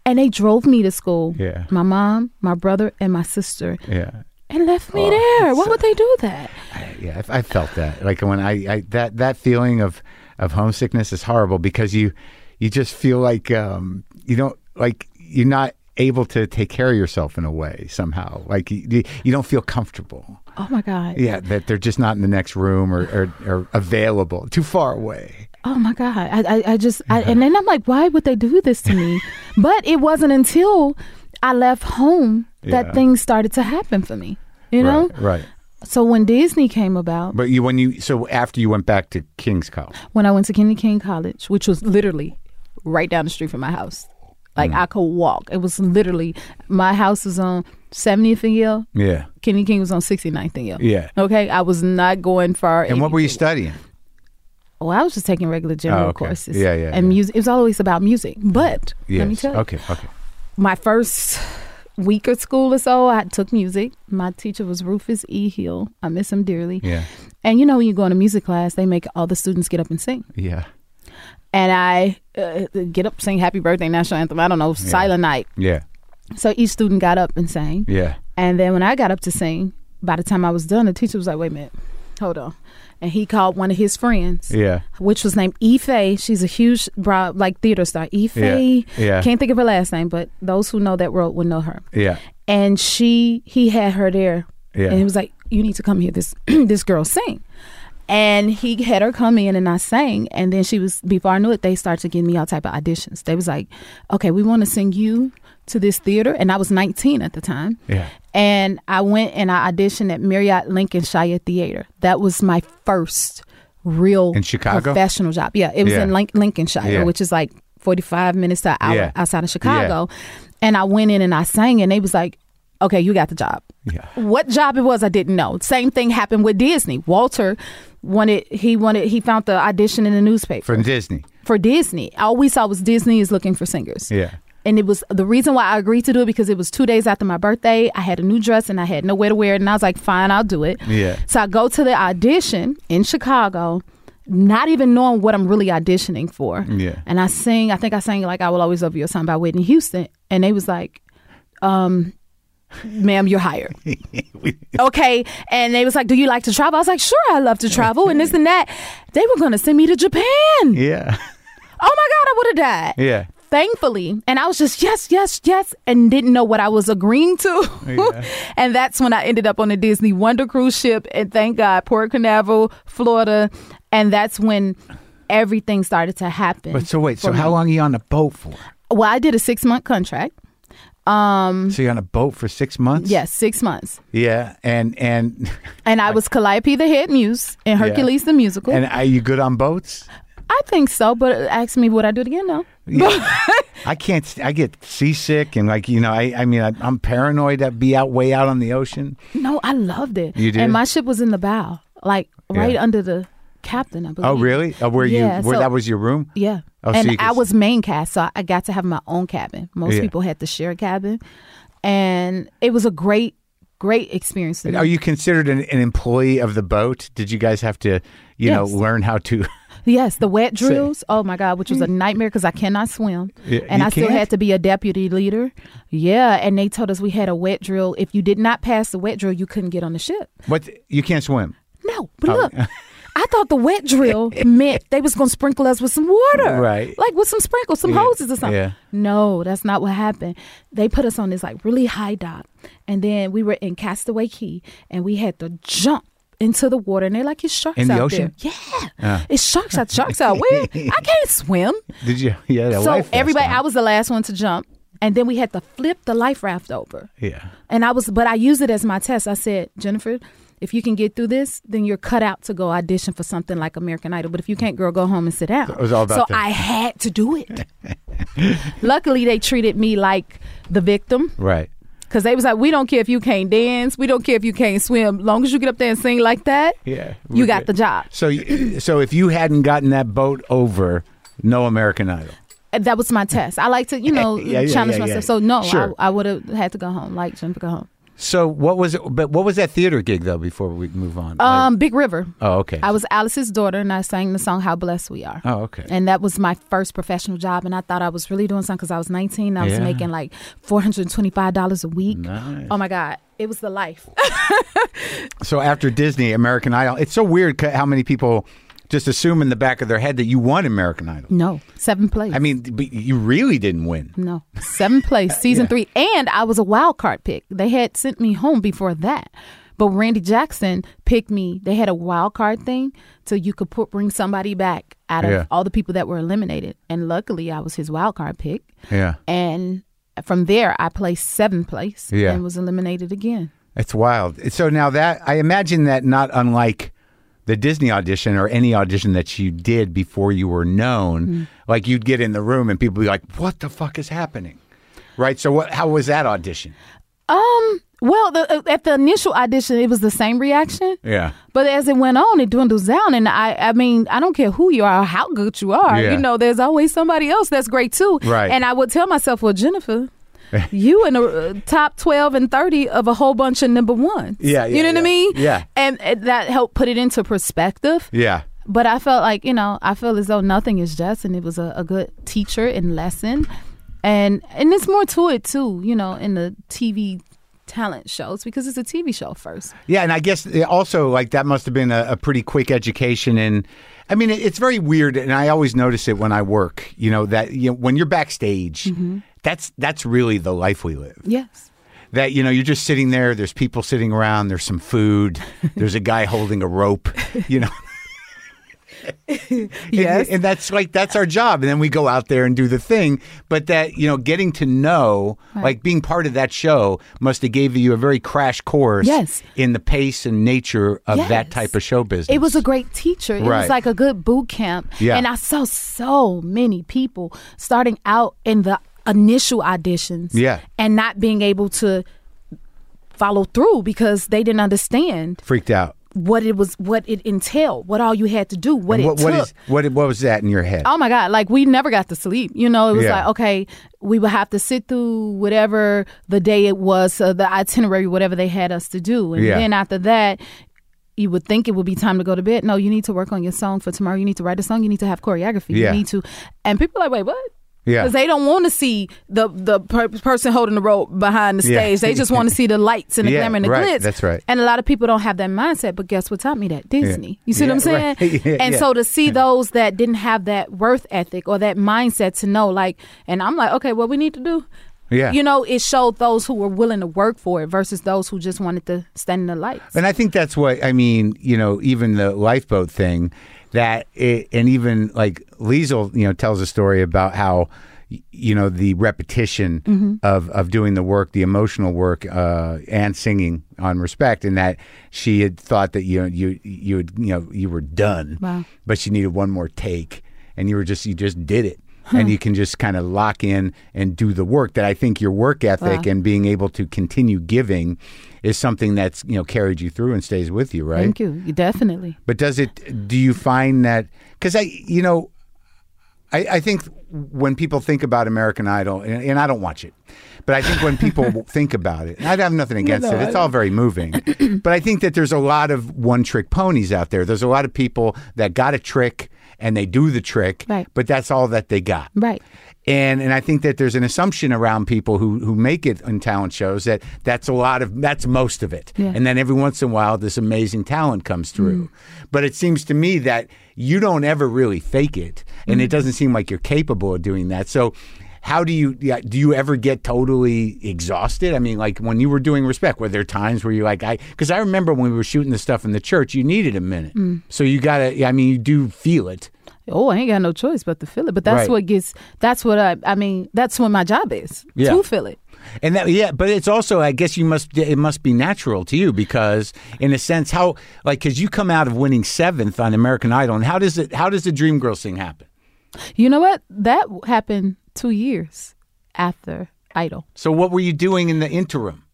S3: and they drove me to school.
S2: Yeah.
S3: My mom, my brother, and my sister,
S2: Yeah.
S3: and left me
S2: Oh,
S3: there.
S2: it's,
S3: Why would they do that?
S2: Yeah, I, I felt that. Like when I, I that that feeling of of homesickness is horrible because you you just feel like um, you don't like you're not able to take care of yourself in a way somehow. Like you, you don't feel comfortable.
S3: Oh my God.
S2: Yeah, that they're just not in the next room or or, or available, too far away.
S3: Oh my God. I, I, I just, I, and then I'm like, why would they do this to me? but it wasn't until I left home
S2: Yeah.
S3: that things started to happen for me, you know?
S2: right, right.
S3: So when Disney came about,
S2: But you when you so after you went back to King's College,
S3: when I went to Kennedy King College, which was literally right down the street from my house. Like
S2: Mm.
S3: I could walk. It was literally my house was on 70th and Yale.
S2: yeah,
S3: Kenny King was on 69th and Yale.
S2: Yeah.
S3: Okay. I was not going far.
S2: and what were you studying?
S3: Well, I was just taking regular general
S2: Oh, okay.
S3: courses.
S2: Yeah, yeah,
S3: And
S2: yeah.
S3: music. It was always about music. But let me
S2: Yes,
S3: tell you,
S2: okay, okay,
S3: my first week of school or so, I took music. My teacher was Rufus E. Hill. I miss him dearly.
S2: yeah,
S3: And you know, when you go into music class, they make all the students get up and sing.
S2: yeah,
S3: and I uh, get up, sing Happy Birthday National Anthem. I don't know, Silent Night.
S2: yeah,
S3: So each student got up and sang.
S2: yeah.
S3: And then when I got up to sing, by the time I was done, the teacher was like, wait a minute, hold on. And he called one of his friends,
S2: Yeah.
S3: which was named Ife. She's a huge broad, like theater star. Ife.
S2: yeah.
S3: Can't think of her last name, but those who know that world will know her.
S2: Yeah.
S3: And she, he had her there.
S2: Yeah.
S3: And he was like, you need to come hear this, this girl sing. And he had her come in and I sang. And then she was, before I knew it, they started giving me all type of auditions. They was like, okay, we want to sing you to this theater. And I was 19 at the time.
S2: Yeah.
S3: And I went and I auditioned at Marriott Lincolnshire Theater. That was my first real
S2: In Chicago?
S3: professional job. Yeah, it was
S2: Yeah.
S3: in Link- Lincolnshire,
S2: Yeah.
S3: which is like 45 minutes to an hour
S2: Yeah.
S3: outside of Chicago. And I went in and I sang, and they was like, okay, you got the job
S2: Yeah.
S3: what job it was i didn't know same thing happened with disney walter wanted he wanted he found the audition in the newspaper
S2: From Disney.
S3: for disney all we saw was disney is looking for singers
S2: Yeah.
S3: and it was the reason why i agreed to do it because it was two days after my birthday i had a new dress and i had nowhere to wear it and i was like fine i'll do it
S2: Yeah.
S3: so i go to the audition in chicago not even knowing what i'm really auditioning for
S2: Yeah.
S3: and i sing i think i sang like i will always love you or something by whitney houston and they was like um ma'am you're hired okay. And they was like, Do you like to travel? I was like, Sure, I love to travel and this and that. They were gonna send me to Japan. Oh my
S2: Yeah.
S3: Oh God, I would have died.
S2: Yeah.
S3: Thankfully. And I was just yes, yes, yes, and didn't know what I was agreeing to. and that's when I ended up on the Disney Wonder Cruise ship and thank God, Port Canaveral, Florida. And that's when everything started to happen.
S2: But so wait, so
S3: for
S2: how
S3: me.
S2: long are you on the boat for?
S3: Well, I did a six month contract.
S2: So you're on a boat for six months?
S3: Mm-hmm. Yes, six months.
S2: Yeah. And and
S3: And I was Calliope the head muse in Hercules the musical.
S2: and are you good on boats?
S3: I think so, but ask me would I do it again? No.
S2: I can't. st- I get seasick and like you know. I I mean I, I'm paranoid to be out way out on the ocean.
S3: No, I loved it.
S2: You did?
S3: And my ship was in the bow, like right
S2: Yeah.
S3: under the captain, I believe.
S2: Oh really? Oh, where
S3: Mm-hmm. Yeah,
S2: you? Where
S3: so-
S2: that was your room?
S3: Yeah.
S2: Oh, so
S3: and
S2: you could
S3: I
S2: s-
S3: was main cast, so I got to have my own cabin. Most
S2: Yeah.
S3: people had to share a cabin. And it was a great, great experience. to me.
S2: Are you considered an, an employee of the boat? Did you guys have to, you know,
S3: Yes.
S2: learn how to?
S3: Yes, the wet drills. Oh my God, which was a nightmare because I cannot swim,
S2: Mm. Yeah,
S3: and
S2: you
S3: I still
S2: can't?
S3: had to be a deputy leader. Yeah, and they told us we had a wet drill. If you did not pass the wet drill, you couldn't get on the ship.
S2: What you can't swim,
S3: No, but
S2: Oh.
S3: look, I thought the wet drill meant they was gonna sprinkle us with some water,
S2: Right.
S3: Like with some sprinkles, some
S2: Yeah,
S3: hoses or something.
S2: yeah.
S3: No, that's not what happened. They put us on this like really high dock, and then we were in Castaway Key, and we had to jump into the water, and they're like, "It's sharks
S2: In the
S3: out
S2: ocean? Ah.
S3: there." Yeah, it's sharks out. Sharks out. Where I can't swim,
S2: did you? Yeah, that
S3: so
S2: life vest
S3: everybody,
S2: on.
S3: I was the last one to jump, and then we had to flip the life raft over.
S2: Yeah.
S3: And I was, but I used it as my test. I said, Jennifer, if you can get through this, then you're cut out to go audition for something like American Idol. But if you can't, girl, go home and sit down. It
S2: was all about
S3: so
S2: that.
S3: I had to do it. Luckily, they treated me like the victim
S2: Right.
S3: because they was like, we don't care if you can't dance. We don't care if you can't swim. Long as you get up there and sing like that,
S2: Yeah.
S3: you got the job.
S2: So, you- so if you hadn't gotten that boat over, no American Idol.
S3: And that was my test. I like to, you know,
S2: Yeah, yeah,
S3: challenge
S2: yeah, yeah.
S3: myself. So no,
S2: Sure.
S3: I, I would have had to go home. Like Jennifer, go home.
S2: So what was it? But what was that theater gig though? Before we move on. Like-
S3: Um, Big River.
S2: oh, okay.
S3: I was Alice's daughter, and I sang the song "How Blessed We Are."
S2: Oh, okay.
S3: And that was my first professional job, and I thought I was really doing something because I was 19. I was
S2: Yeah.
S3: making like 425 dollars a week.
S2: Nice.
S3: Oh my God, it was the life.
S2: So after Disney, American Idol, it's so weird ca- how many people just assume in the back of their head that you won American Idol.
S3: no, seven place.
S2: I mean, but you really didn't win.
S3: No, seventh place, season three, and I was a wild card pick. They had sent me home before that, but Randy Jackson picked me. They had a wild card thing, so you could put, bring somebody back out of
S2: Yeah.
S3: all the people that were eliminated. And luckily, I was his wild card pick.
S2: Yeah,
S3: And from there, I placed seventh place
S2: Yeah.
S3: and was eliminated again.
S2: it's wild. So now that I imagine that not unlike the Disney audition or any audition that you did before you were known, like you'd get in the room and people be like, "What the fuck is happening?" Right. So what? How was that audition?
S3: Um. Well, the, at the initial audition, it was the same reaction.
S2: Yeah.
S3: But as it went on, it dwindles down, and I, I mean, I don't care who you are, or how good you are.
S2: Yeah.
S3: You know, there's always somebody else that's great too.
S2: Right.
S3: And I would tell myself, well, Jennifer, you in the uh, top twelve and thirty of a whole bunch of number ones.
S2: Yeah, yeah,
S3: you know what
S2: yeah.
S3: I mean.
S2: Yeah.
S3: And, and that helped put it into perspective.
S2: Yeah.
S3: But I felt like you know, I feel as though nothing is just, and it was a, a good teacher and lesson, and and it's more to it too. You know, in the TV talent shows because it's a TV show first.
S2: Yeah, and I guess it also like that must have been a, a pretty quick education. And I mean, it, it's very weird, and I always notice it when I work. You know that you know, when you're backstage, that's that's really the life we live.
S3: Yes.
S2: That you know you're just sitting there. There's people sitting around. There's some food. there's a guy holding a rope. You know. And-
S3: Yes.
S2: and, that's like that's our job, and then we go out there and do the thing. But that you know, getting to know, like being part of that show, must have gave you a very crash course
S3: Yes.
S2: in the pace and nature of that
S3: Yes.
S2: type of show business.
S3: It was a great teacher. It
S2: Right.
S3: was like a good boot camp.
S2: Yeah.
S3: And I saw so many people starting out in the initial auditions
S2: Yeah.
S3: and not being able to follow through because they didn't understand
S2: freaked out.
S3: what it was what it entailed, what all you had to do, what
S2: And
S3: it
S2: what
S3: took.
S2: what is what what was that in your head?
S3: Oh my God. Like we never got to sleep. You know, it was
S2: Yeah.
S3: like, okay, we would have to sit through whatever the day it was, so the itinerary, whatever they had us to do. And
S2: Yeah.
S3: then after that, you would think it would be time to go to bed. No, you need to work on your song for tomorrow. You need to write a song. You need to have choreography.
S2: Yeah.
S3: You need to. And people are like, wait, what?
S2: Yeah.
S3: Because they don't want to see the the per- person holding the rope behind the
S2: Yeah.
S3: stage. They just want to see the lights and the
S2: Yeah,
S3: glamour and the
S2: right.
S3: glitz.
S2: That's right.
S3: And a lot of people don't have that mindset. But guess what taught me that? Disney. You see
S2: Yeah,
S3: what I'm saying?
S2: right. Yeah,
S3: and
S2: yeah.
S3: so to see those that didn't have that worth ethic or that mindset to know, like, and I'm like, okay, what we need to do.
S2: Yeah.
S3: You know, it showed those who were willing to work for it versus those who just wanted to stand in the lights.
S2: And I think that's what I mean. You know, even the lifeboat thing, that it, and even like Liesel, you know, tells a story about how y- you know the repetition of of doing the work, the emotional work, uh, and singing on respect, and that she had thought that you know you you had, you know you were done,
S3: Wow.
S2: but she needed one more take, and you were just you just did it. And you can just kind of lock in and do the work. That I think your work ethic
S3: Wow.
S2: and being able to continue giving is something that's you know carried you through and stays with you, right?
S3: Thank you. You definitely.
S2: But does it? Do you find that? Because I, you know, I, I think when people think about American Idol, and, and I don't watch it, but I think when people think about it, and I have nothing against it. It's all very moving, but I think that there's a lot of one-trick ponies out there. There's a lot of people that got a trick and they do the trick,
S3: Right.
S2: but that's all that they got.
S3: Right.
S2: And and I think that there's an assumption around people who who make it in talent shows that that's a lot of that's most of it.
S3: Yeah.
S2: And then every once in a while this amazing talent comes through. But it seems to me that you don't ever really fake it and it doesn't seem like you're capable of doing that. So how do you yeah, do you ever get totally exhausted? I mean, like when you were doing respect, were there times where you're like, I because I remember when we were shooting the stuff in the church, you needed a minute. So you gotta I mean, you do feel it.
S3: Oh, I ain't got no choice but to feel it. But that's
S2: Right.
S3: what gets. That's what I. I mean, that's what my job is
S2: Yeah.
S3: to feel it.
S2: And that, yeah, but it's also, I guess you must, it must be natural to you because, in a sense, how, like, because you come out of winning seventh on American Idol, and how does it, how does the Dream Girls thing happen?
S3: You know what? That happened two years after Idol.
S2: So, what were you doing in the interim?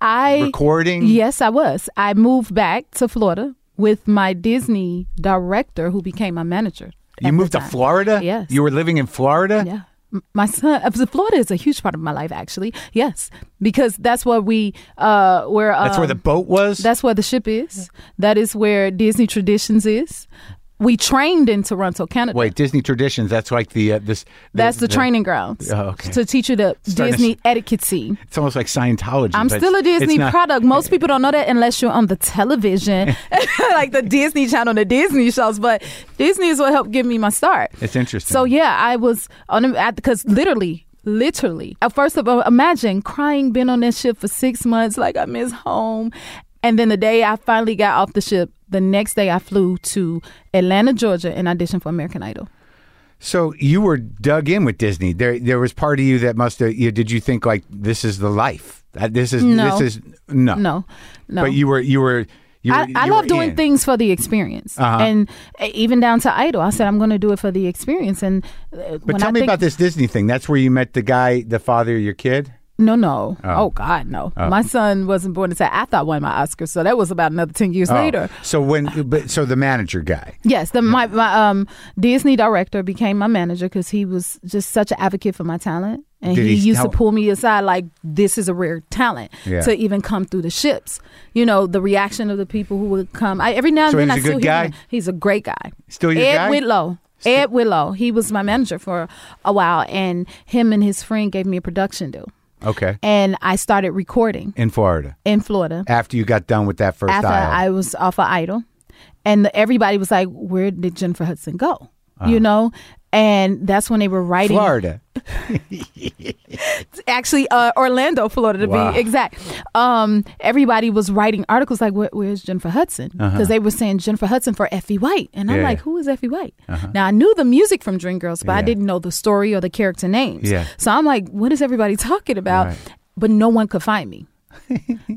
S3: I
S2: Recording?
S3: Yes, I was. I moved back to Florida with my Disney director, who became my manager.
S2: You
S3: at
S2: moved
S3: the
S2: to
S3: time.
S2: Florida?
S3: Yes.
S2: You were living in Florida?
S3: Yeah. m- my son. uh, Florida is a huge part of my life, actually. Yes, because that's where we uh, where um,
S2: That's where the boat was.
S3: that's where the ship is. That is where Disney Traditions is. We trained in Toronto, Canada.
S2: Wait, Disney traditions. That's like the uh, this.
S3: That's the, training grounds
S2: Oh, okay.
S3: to teach you the
S2: Starting to-
S3: Disney etiquette.
S2: It's almost like Scientology.
S3: I'm
S2: but
S3: still a
S2: it's- it's
S3: Disney
S2: not-
S3: product. Most people don't know that unless you're on the television, like the Disney Channel, the Disney shows. But Disney is what helped give me my start.
S2: It's interesting.
S3: So yeah, I was on because literally, literally, at first of all, imagine crying, been on that ship for six months, like I miss home, and then the day I finally got off the ship, the next day I flew to Atlanta, Georgia, and auditioned for American Idol.
S2: So you were dug in with Disney. There, there was part of you that must have. You, did you think like this is the life? That this is
S3: No.
S2: this is no.
S3: No, no.
S2: Ah. But you were you were you. Were,
S3: I, I
S2: you
S3: love
S2: were
S3: doing
S2: in.
S3: things for the experience,
S2: Uh-huh.
S3: and uh, even down to Idol, I said I'm going to do it for the experience. And uh,
S2: But
S3: when
S2: tell
S3: I
S2: me
S3: think,
S2: about this Disney thing. That's where you met the guy, the father of your kid.
S3: No, no. Oh, God, no. My son wasn't born until after I won my Oscar, so that was about another ten years
S2: Oh.
S3: later.
S2: So when, but so the manager guy.
S3: Yes, the my, my um Disney director became my manager because he was just such an advocate for my talent, and
S2: Did
S3: he,
S2: he
S3: used
S2: tell-
S3: to pull me aside like this is a rare talent
S2: Yeah.
S3: to even come through the ships. You know the reaction of the people who would come. I, every now and
S2: So
S3: then
S2: he's
S3: I
S2: a
S3: still
S2: good
S3: hear
S2: guy?
S3: him. He's a great guy.
S2: Still your
S3: Ed
S2: guy?
S3: Whitlow. Ed Whitlow. He was my manager for a while, and him and his friend gave me a production deal,
S2: Okay,
S3: and I started recording
S2: in Florida.
S3: in Florida
S2: After you got done with that first
S3: after
S2: aisle.
S3: I was off of Idol, and the, everybody was like, "Where did Jennifer Hudson go?" You know, and that's when they were writing.
S2: Ah. Florida.
S3: Actually, uh, Orlando, Florida, to
S2: Wow.
S3: be exact. Um, everybody was writing articles like, Where, "Where's Jennifer Hudson?" Because they were saying Jennifer Hudson for Effie White, and I'm
S2: Uh-huh. Yeah,
S3: like,
S2: yeah.
S3: "Who is Effie White?" Now I knew the music from Dreamgirls, but I
S2: Yeah.
S3: didn't know the story or the character names.
S2: Yeah.
S3: So I'm like, "What is everybody talking about?"
S2: Right.
S3: But no one could find me.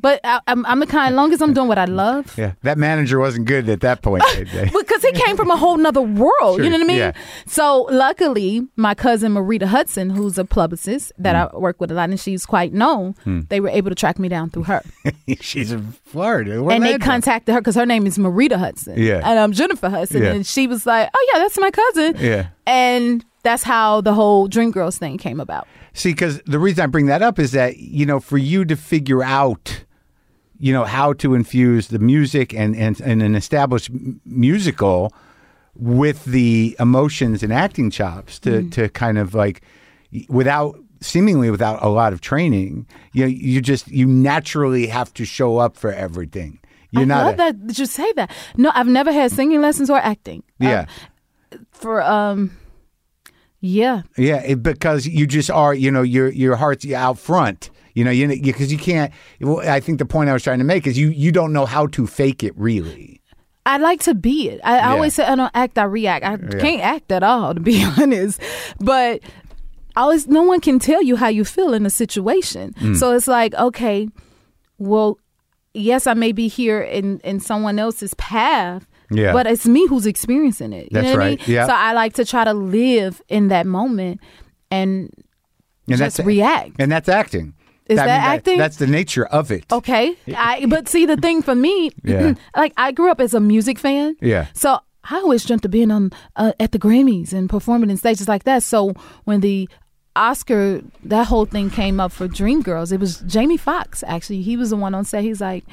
S3: but I, I'm, I'm the kind. Long as I'm doing what I love,
S2: Yeah, that manager wasn't good at that point.
S3: because he came from a whole nother world. You know what I mean?
S2: yeah.
S3: So luckily, my cousin Marita Hudson, who's a publicist that
S2: Hmm.
S3: I work with a lot, and she's quite known, they were able to track me down through her,
S2: She's in Florida.
S3: and they
S2: Orlando.
S3: contacted her because her name is Marita Hudson,
S2: Yeah.
S3: and I'm Jennifer Hudson,
S2: Yeah.
S3: and she was like, "Oh yeah, that's my cousin,"
S2: Yeah.
S3: and that's how the whole Dreamgirls thing came about.
S2: See, because the reason I bring that up is that you know, for you to figure out, you know, how to infuse the music and and, and an established m- musical with the emotions and acting chops to
S3: Mm-hmm.
S2: to kind of like y- without seemingly without a lot of training, you know, you just you naturally have to show up for everything. You're
S3: I
S2: not
S3: love
S2: a-
S3: that that you say that. No, I've never had singing lessons or acting. Um,
S2: yeah.
S3: for um, yeah,
S2: Yeah, it, because you just are, you know, your your heart's out front. You know, you because you, can't. Well, I think the point I was trying to make is you you don't know how to fake it really.
S3: I like to be it. I, I always say I don't act, I react. I can't act at all, to be honest. But I always, no one can tell you how you feel in a situation.
S2: Mm.
S3: So it's like, okay, well, yes, I may be here in in someone else's path.
S2: Yeah.
S3: But it's me who's experiencing it. You
S2: That's
S3: know what I mean?
S2: right. Yeah.
S3: So I like to try to live in that moment and,
S2: And
S3: just
S2: that's
S3: react.
S2: And that's acting.
S3: Is that acting? Oh.
S2: that's the nature of it.
S3: Okay. I but see the thing for me,
S2: Yeah.
S3: like I grew up as a music fan.
S2: Yeah.
S3: So I always dreamt of being on uh, at the Grammys and performing in stages like that. So when the Oscar that whole thing came up for Dreamgirls, it was Jamie Foxx actually. He was the one on set. He's like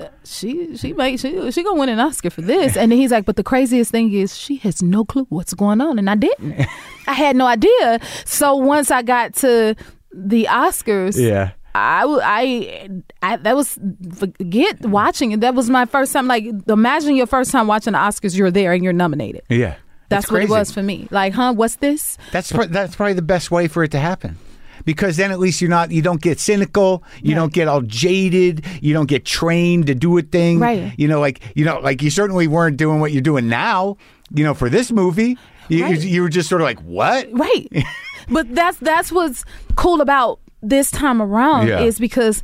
S3: uh, she she might she she gonna win an Oscar for this. And then he's like, but the craziest thing is she has no clue what's going on, and I didn't. I had no idea. So once I got to the Oscars,
S2: Yeah.
S3: I, w- I, I- that was forget watching it. That was my first time. Like, imagine your first time watching the Oscars. You're there and you're nominated.
S2: Yeah,
S3: That's
S2: It's
S3: what it
S2: crazy.
S3: was for me. Like, huh? What's this?
S2: That's pr- that's probably the best way for it to happen. Because then at least you're not you don't get cynical, you don't get all jaded, you don't get trained to do a thing.
S3: Right.
S2: You know, like you know, like you certainly weren't doing what you're doing now, you know, for this movie. You,
S3: Right.
S2: you were just sort of like, What?
S3: Right. but that's that's what's cool about this time around
S2: Yeah.
S3: is because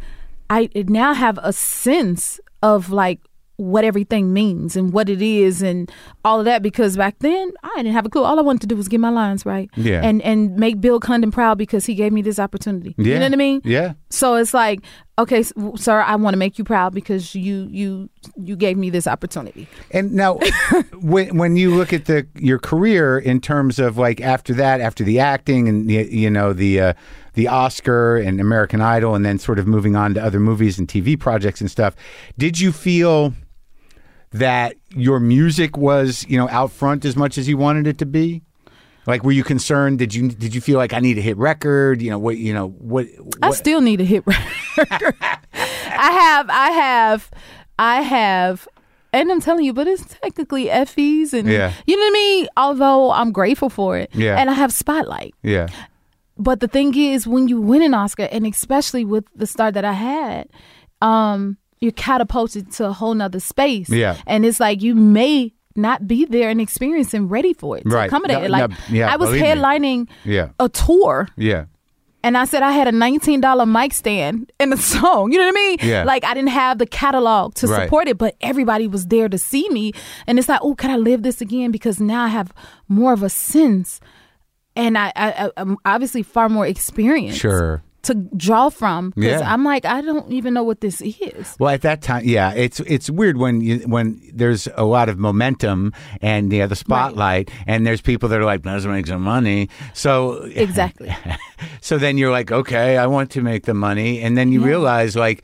S3: I now have a sense of like what everything means and what it is and all of that because back then I didn't have a clue. All I wanted to do was get my lines right.
S2: Yeah.
S3: And and make Bill Condon proud because he gave me this opportunity. You know what I mean?
S2: Yeah.
S3: So it's like, okay, s- w- sir, I want to make you proud because you you you gave me this opportunity.
S2: And now, when when you look at the your career in terms of like after that, after the acting and the, you know the uh, the Oscar and American Idol, and then sort of moving on to other movies and TV projects and stuff, did you feel that your music was you know out front as much as you wanted it to be? Like, were you concerned? Did you did you feel like I need a hit record? You know what? You know what?
S3: I
S2: what-
S3: still need a hit record. I have, I have, I have, and I'm telling you, but it's technically Effie's, and
S2: Yeah.
S3: you know what I mean. Although I'm grateful for it,
S2: Yeah.
S3: and I have Spotlight.
S2: yeah,
S3: But the thing is, when you win an Oscar, and especially with the start that I had, um, you're catapulted to a whole nother space.
S2: Yeah.
S3: And it's like you may not be there and experiencing ready for it to
S2: Right.
S3: accommodate
S2: No-
S3: it. Like
S2: no, yeah,
S3: I was
S2: believe me.
S3: headlining
S2: Yeah.
S3: a tour
S2: yeah,
S3: and I said I had a nineteen dollar mic stand and a song. You know what I mean?
S2: Yeah.
S3: Like I didn't have the catalog to
S2: Right.
S3: support it, but everybody was there to see me, and it's like, oh, can I live this again? Because now I have more of a sense, and I, I, I I'm obviously far more experience.
S2: sure.
S3: To draw from, 'Cause
S2: Yeah.
S3: I'm like, I don't even know what this is.
S2: Well, at that time, yeah, it's it's weird when you when there's a lot of momentum and you know, the spotlight, and there's people that are like, "Let's make some money." So
S3: Exactly.
S2: so then you're like, "Okay, I want to make the money," and then you realize like.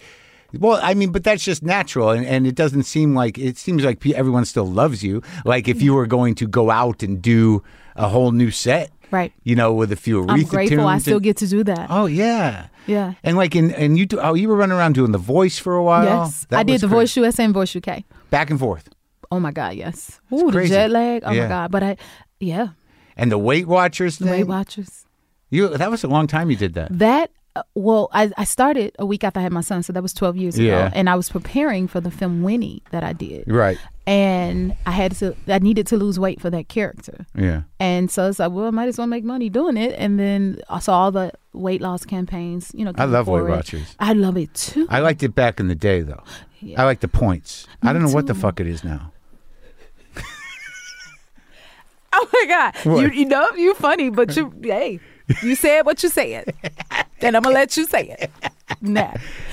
S2: Well, I mean, but that's just natural, and, and it doesn't seem like it seems like pe- everyone still loves you. Like if you were going to go out and do a whole new set,
S3: Right.
S2: You know, with a few Aretha
S3: I'm grateful I
S2: tunes
S3: still
S2: and-
S3: get to do that.
S2: Oh yeah,
S3: Yeah.
S2: And like in and you do, oh you were running around doing the voice for a while.
S3: yes.
S2: uh, That
S3: I did
S2: was
S3: the
S2: cra-
S3: voice USA and voice UK.
S2: back and forth.
S3: Oh my God, yes. Ooh, the
S2: crazy.
S3: jet lag. Oh
S2: Yeah.
S3: my God. But I, yeah,
S2: And the Weight Watchers
S3: the
S2: thing.
S3: Weight Watchers.
S2: You that was a long time you did that.
S3: That uh, well, I, I started a week after I had my son, so that was twelve years
S2: Yeah.
S3: ago, and I was preparing for the film Winnie that I did,
S2: Right.
S3: and I had to I needed to lose weight for that character,
S2: Yeah.
S3: and so it's like, well, I might as well make money doing it, and then I saw all the weight loss campaigns, you know.
S2: I
S3: coming
S2: love Weight
S3: forward.
S2: Watchers.
S3: I love it too.
S2: I liked it back in the day though. I like the points. I don't know what the
S3: too.
S2: fuck it is now.
S3: Oh my god,
S2: What?
S3: you you know you funny, but you hey, you said what you said, and I'm gonna let you say it. Nah,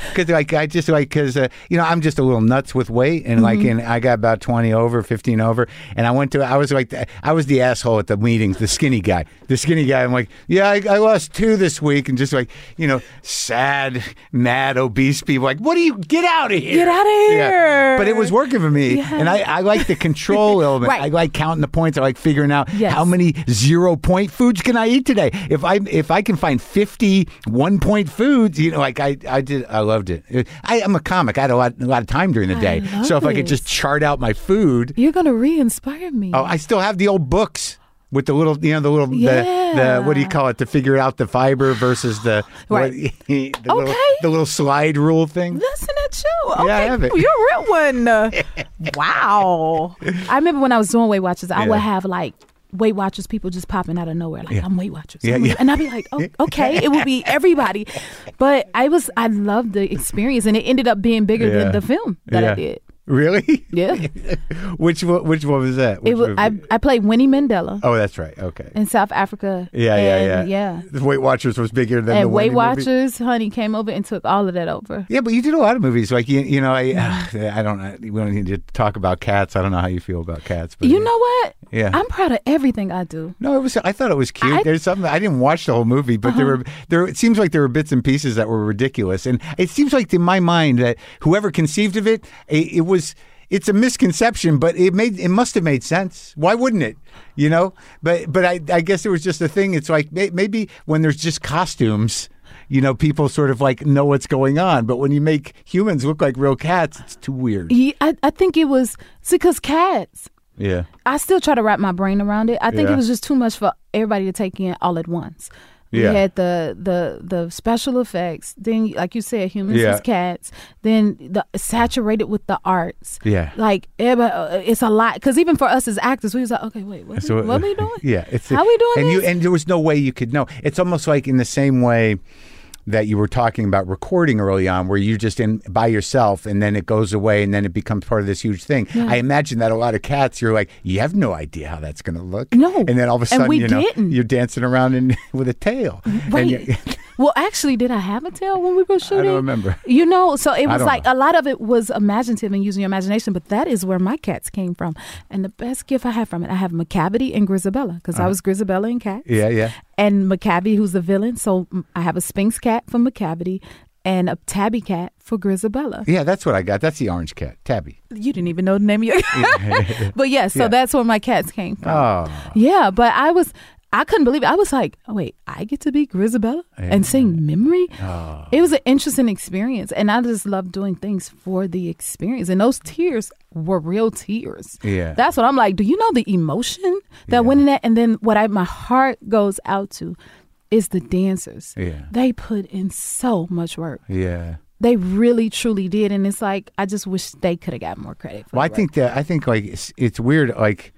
S2: Because like I just like because uh, you know I'm just a little nuts with weight and like and I got about twenty over, fifteen over, and I went to I was like the, I was the asshole at the meetings, the skinny guy, the skinny guy. I'm like, yeah, I, I lost two this week, and just like you know, sad, mad, obese people. Like, what do you get out of here?
S3: Get outta here.
S2: But it was working for me,
S3: Yeah.
S2: and I I like the control element.
S3: Right.
S2: I like counting the points. I like figuring out
S3: Yes.
S2: how many zero point foods can I eat today? If I if I can find 50 one point foods, you know, like I I did I loved it. It- I, I'm a comic. I had a lot a lot of time during the
S3: I
S2: day,
S3: love
S2: so if I could
S3: this.
S2: just chart out my food.
S3: you're gonna re-inspire me.
S2: Oh, I still have the old books with the little you know the little the,
S3: Yeah.
S2: the what do you call it to figure out the fiber versus the
S3: Right.
S2: what, the little,
S3: Okay.
S2: the little slide rule thing.
S3: Listen at you. Okay,
S2: Yeah, I have it.
S3: you're a real one. wow. I remember when I was doing Weight Watchers, I
S2: Yeah.
S3: would have like Weight Watchers people just popping out of nowhere, like I'm Weight Watchers,
S2: Yeah,
S3: I'm Weight-"
S2: yeah.
S3: and I'd be like, oh, okay, it would be everybody, but I was I loved the experience, and it ended up being bigger
S2: Yeah.
S3: than the film that
S2: Yeah.
S3: I did.
S2: Really?
S3: Yeah,
S2: which one, which one was that? Which
S3: it was,
S2: movie?
S3: I I played Winnie Mandela
S2: oh, that's right. Okay.
S3: in South Africa.
S2: Yeah, yeah, yeah.
S3: and- yeah.
S2: The Weight Watchers was bigger than the
S3: And Weight
S2: Wendy movie.
S3: Watchers, honey, came over and took all of that over.
S2: Yeah, but you did a lot of movies. Like you, you know, I, I don't. I, we don't need to talk about cats. I don't know how you feel about cats, but
S3: You know what?
S2: Yeah.
S3: I'm proud of everything I do.
S2: No, it was. I thought it was cute.
S3: I-
S2: There's something. I didn't watch the whole movie, but there were there. It seems like there were bits and pieces that were ridiculous, and it seems like in my mind that whoever conceived of it, it, it was. It's a misconception, but it made it must have made sense. Why wouldn't it? You know, but but I, I guess it was just a thing. It's like may, maybe when there's just costumes, you know, people sort of like know what's going on. But when you make humans look like real cats, it's too weird.
S3: Yeah, I, I think it was because cats.
S2: Yeah,
S3: I still try to wrap my brain around it. I think
S2: Yeah.
S3: it was just too much for everybody to take in all at once.
S2: Yeah.
S3: We had the the the special effects. Then, like you said, humans
S2: Yeah.
S3: as cats. Then the saturated with the arts.
S2: Yeah.
S3: like everybody- uh, it's a lot. Because even for us as actors, we was like, okay, wait, what,
S2: So,
S3: we, what we doing?
S2: Yeah, it's
S3: how we doing
S2: And
S3: this?
S2: you and there was no way you could know. It's almost like in the same way that you were talking about recording early on, where you just in by yourself, and then it goes away, and then it becomes part of this huge thing. I imagine that a lot of cats, you're like, you have no idea how that's going to look.
S3: No.
S2: and then all of a
S3: And
S2: sudden,
S3: we
S2: you know,
S3: didn't.
S2: you're dancing around in, with a tail. And
S3: Right.
S2: you-
S3: Well, actually, did I have a tail when we were shooting?
S2: remember.
S3: You know, so it was
S2: don't
S3: like
S2: know.
S3: a lot of it was imaginative and using your imagination, but that is where my cats came from. And the best gift I had from it, I have McCavity and Grisabella because I was Grisabella and cats.
S2: Uh-huh. Yeah, yeah.
S3: And McCavity, who's the villain. So mm, I have a Sphinx cat for McCavity and a Tabby cat for Grisabella.
S2: Yeah, that's what I got. That's the orange cat, Tabby.
S3: You didn't even know the name of your But yeah, so
S2: Yeah.
S3: that's where my cats came from.
S2: Oh,
S3: Yeah, but I was I couldn't believe it. I was like, oh, wait, I get to be Grisabella and sing memory.
S2: Ah.
S3: It was an interesting experience, and I just love doing things for the experience. And those tears were real tears.
S2: Yeah.
S3: that's what I'm like. Do you know the emotion that went in that? And then what I my heart goes out to is the dancers.
S2: Yeah.
S3: they put in so much work.
S2: yeah.
S3: They really truly did, and it's like I just wish they could have gotten more credit. For
S2: Well, I
S3: the work.
S2: think that I think like it's, it's weird like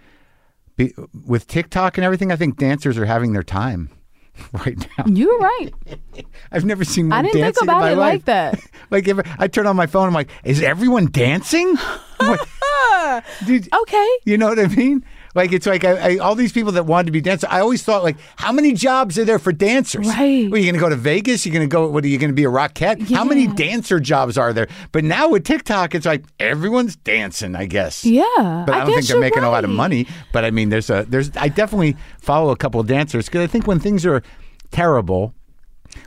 S2: be, with TikTok and everything. I think dancers are having their time right now.
S3: you're right.
S2: I've never seen more
S3: I didn't think
S2: dancing in
S3: about
S2: my
S3: it
S2: life.
S3: like that.
S2: Like if I turn on my phone, I'm like, is everyone dancing? What- Dude,
S3: Okay.
S2: you know what I mean? Like it's like I, I, all these people that wanted to be dancers. I always thought like, how many jobs are there for dancers?
S3: Right.
S2: Well, you gonna go to Vegas? You're gonna go? What are you gonna be a rockette? How many
S3: Yeah.
S2: dancer jobs are there? But now with TikTok, it's like everyone's dancing. I guess.
S3: Yeah,
S2: But I, don't think
S3: guess
S2: they're
S3: you're
S2: making a lot of
S3: right.
S2: money. But I mean, there's a there's I definitely follow a couple of dancers because I think when things are terrible,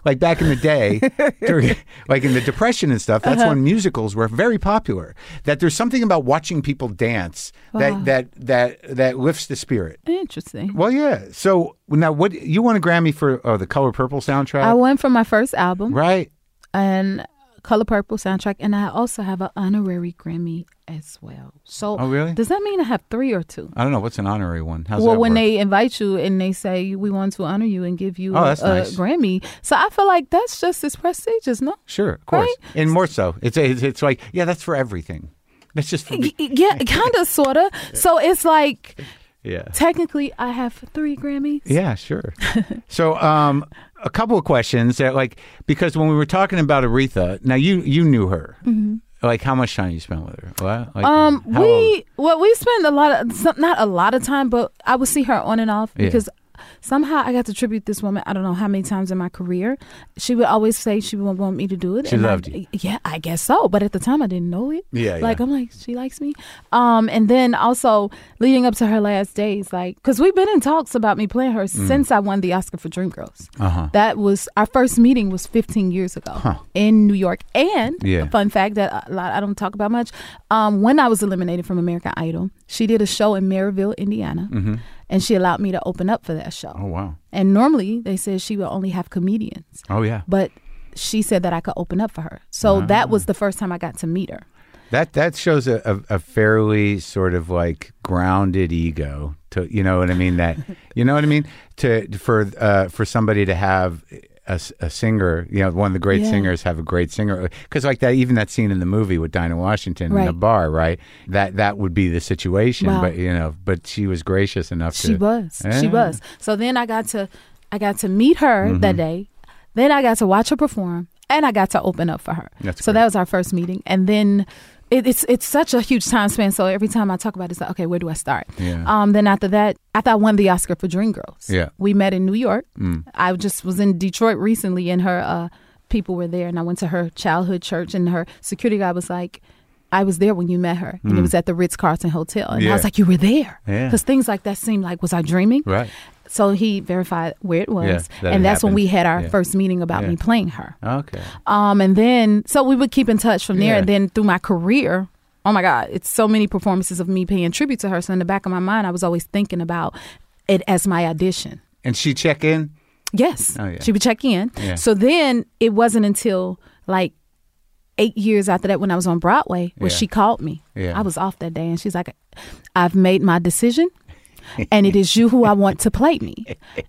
S2: like back in the day, during, like in the depression and stuff,
S3: Uh-huh.
S2: that's when musicals were very popular. That there's something about watching people dance that that that that lifts the spirit.
S3: Interesting.
S2: Well, yeah. So now, what you won a Grammy for? Oh, the Color Purple soundtrack,
S3: I went for my first album
S2: right?
S3: and Color Purple soundtrack, and I also have an honorary Grammy as well. So,
S2: Oh, really?
S3: Does that mean I have three or two?
S2: I don't know what's an honorary one. How's
S3: well,
S2: that
S3: when
S2: work?
S3: they invite you and they say we want to honor you and give you
S2: Oh,
S3: a,
S2: that's nice.
S3: a Grammy, so I feel like that's just as prestigious, no?
S2: sure, of course,
S3: Right?
S2: and more so, it's, it's it's like yeah, that's for everything. That's just for
S3: Y- y- Yeah, kind of, sort of. So it's like
S2: yeah.
S3: technically I have three Grammys.
S2: Yeah, sure. so, um, a couple of questions that, like, because when we were talking about Aretha, now you you knew her, like, how much time you spent with her? What? Like,
S3: Mm-hmm. Um,
S2: how long?
S3: we well, we spend a lot of some, not a lot of time, but I would see her on and off
S2: Yeah.
S3: because somehow I got to tribute this woman. I don't know how many times in my career she would always say she would want me to do it.
S2: She
S3: and I-
S2: loved you.
S3: Yeah, I guess so. But at the time, I didn't know it.
S2: Yeah, yeah.
S3: Like I'm like she likes me. Um, and then also leading up to her last days, like because we've been in talks about me playing her
S2: Mm.
S3: since I won the Oscar for Dreamgirls.
S2: Uh-huh.
S3: That was our first meeting was 15 years ago in New York. And
S2: Yeah.
S3: a fun fact that a lot I don't talk about much. Um, when I was eliminated from American Idol, she did a show in Maryville, Indiana, and she allowed me to open up for that show.
S2: Mm. Mm-hmm. Oh wow.
S3: And normally they said she would only have comedians,
S2: Oh yeah.
S3: but she said that I could open up for her. So
S2: Ah.
S3: that was the first time I got to meet her.
S2: That that shows a, a, a fairly sort of like grounded ego. To you know what I mean? That you know what I mean? To for uh, for somebody to have. A, s- a singer, you know, one of the great
S3: Yeah.
S2: singers have a great singer because, like that, even that scene in the movie with Dinah Washington in the
S3: Right.
S2: bar, right? That that would be the situation,
S3: Wow.
S2: but you know, but she was gracious enough.
S3: She
S2: to,
S3: was. She
S2: Yeah.
S3: was. So then I got to I got to meet her
S2: Mm-hmm.
S3: that day. Then I got to watch her perform and I got to open up for her.
S2: That's
S3: so
S2: great.
S3: that was our first meeting. And then it, it's it's such a huge time span. So every time I talk about it, it's like, okay, where do I start?
S2: Yeah.
S3: Um, then after that, after I won the Oscar for Dreamgirls,
S2: Yeah.
S3: we met in New York.
S2: Mm.
S3: I just was in Detroit recently, and her uh, people were there, and I went to her childhood church, and her security guy was like, "I was there when you met her, and it was at the Ritz Carlton Hotel." And
S2: Hmm. Yeah.
S3: I was like, "You were there,"
S2: Yeah.
S3: because things like that seemed like, "Was I dreaming?"
S2: Right.
S3: So he verified where it was,
S2: Yeah, that
S3: and
S2: it
S3: that's when we
S2: happened.
S3: had our
S2: Yeah.
S3: first meeting about
S2: Yeah.
S3: me playing her.
S2: Okay.
S3: Um, and then so we would keep in touch from there.
S2: Yeah.
S3: And then through my career, oh my God, it's so many performances of me paying tribute to her. So in the back of my mind, I was always thinking about it as my audition.
S2: And she check in.
S3: Yes,
S2: Oh, yeah.
S3: she would check in.
S2: Yeah.
S3: So then it wasn't until like eight years after that when I was on Broadway where
S2: Yeah.
S3: she called me.
S2: Yeah.
S3: I was off that day, and she's like, "I've made my decision." and it is you who I want to play me.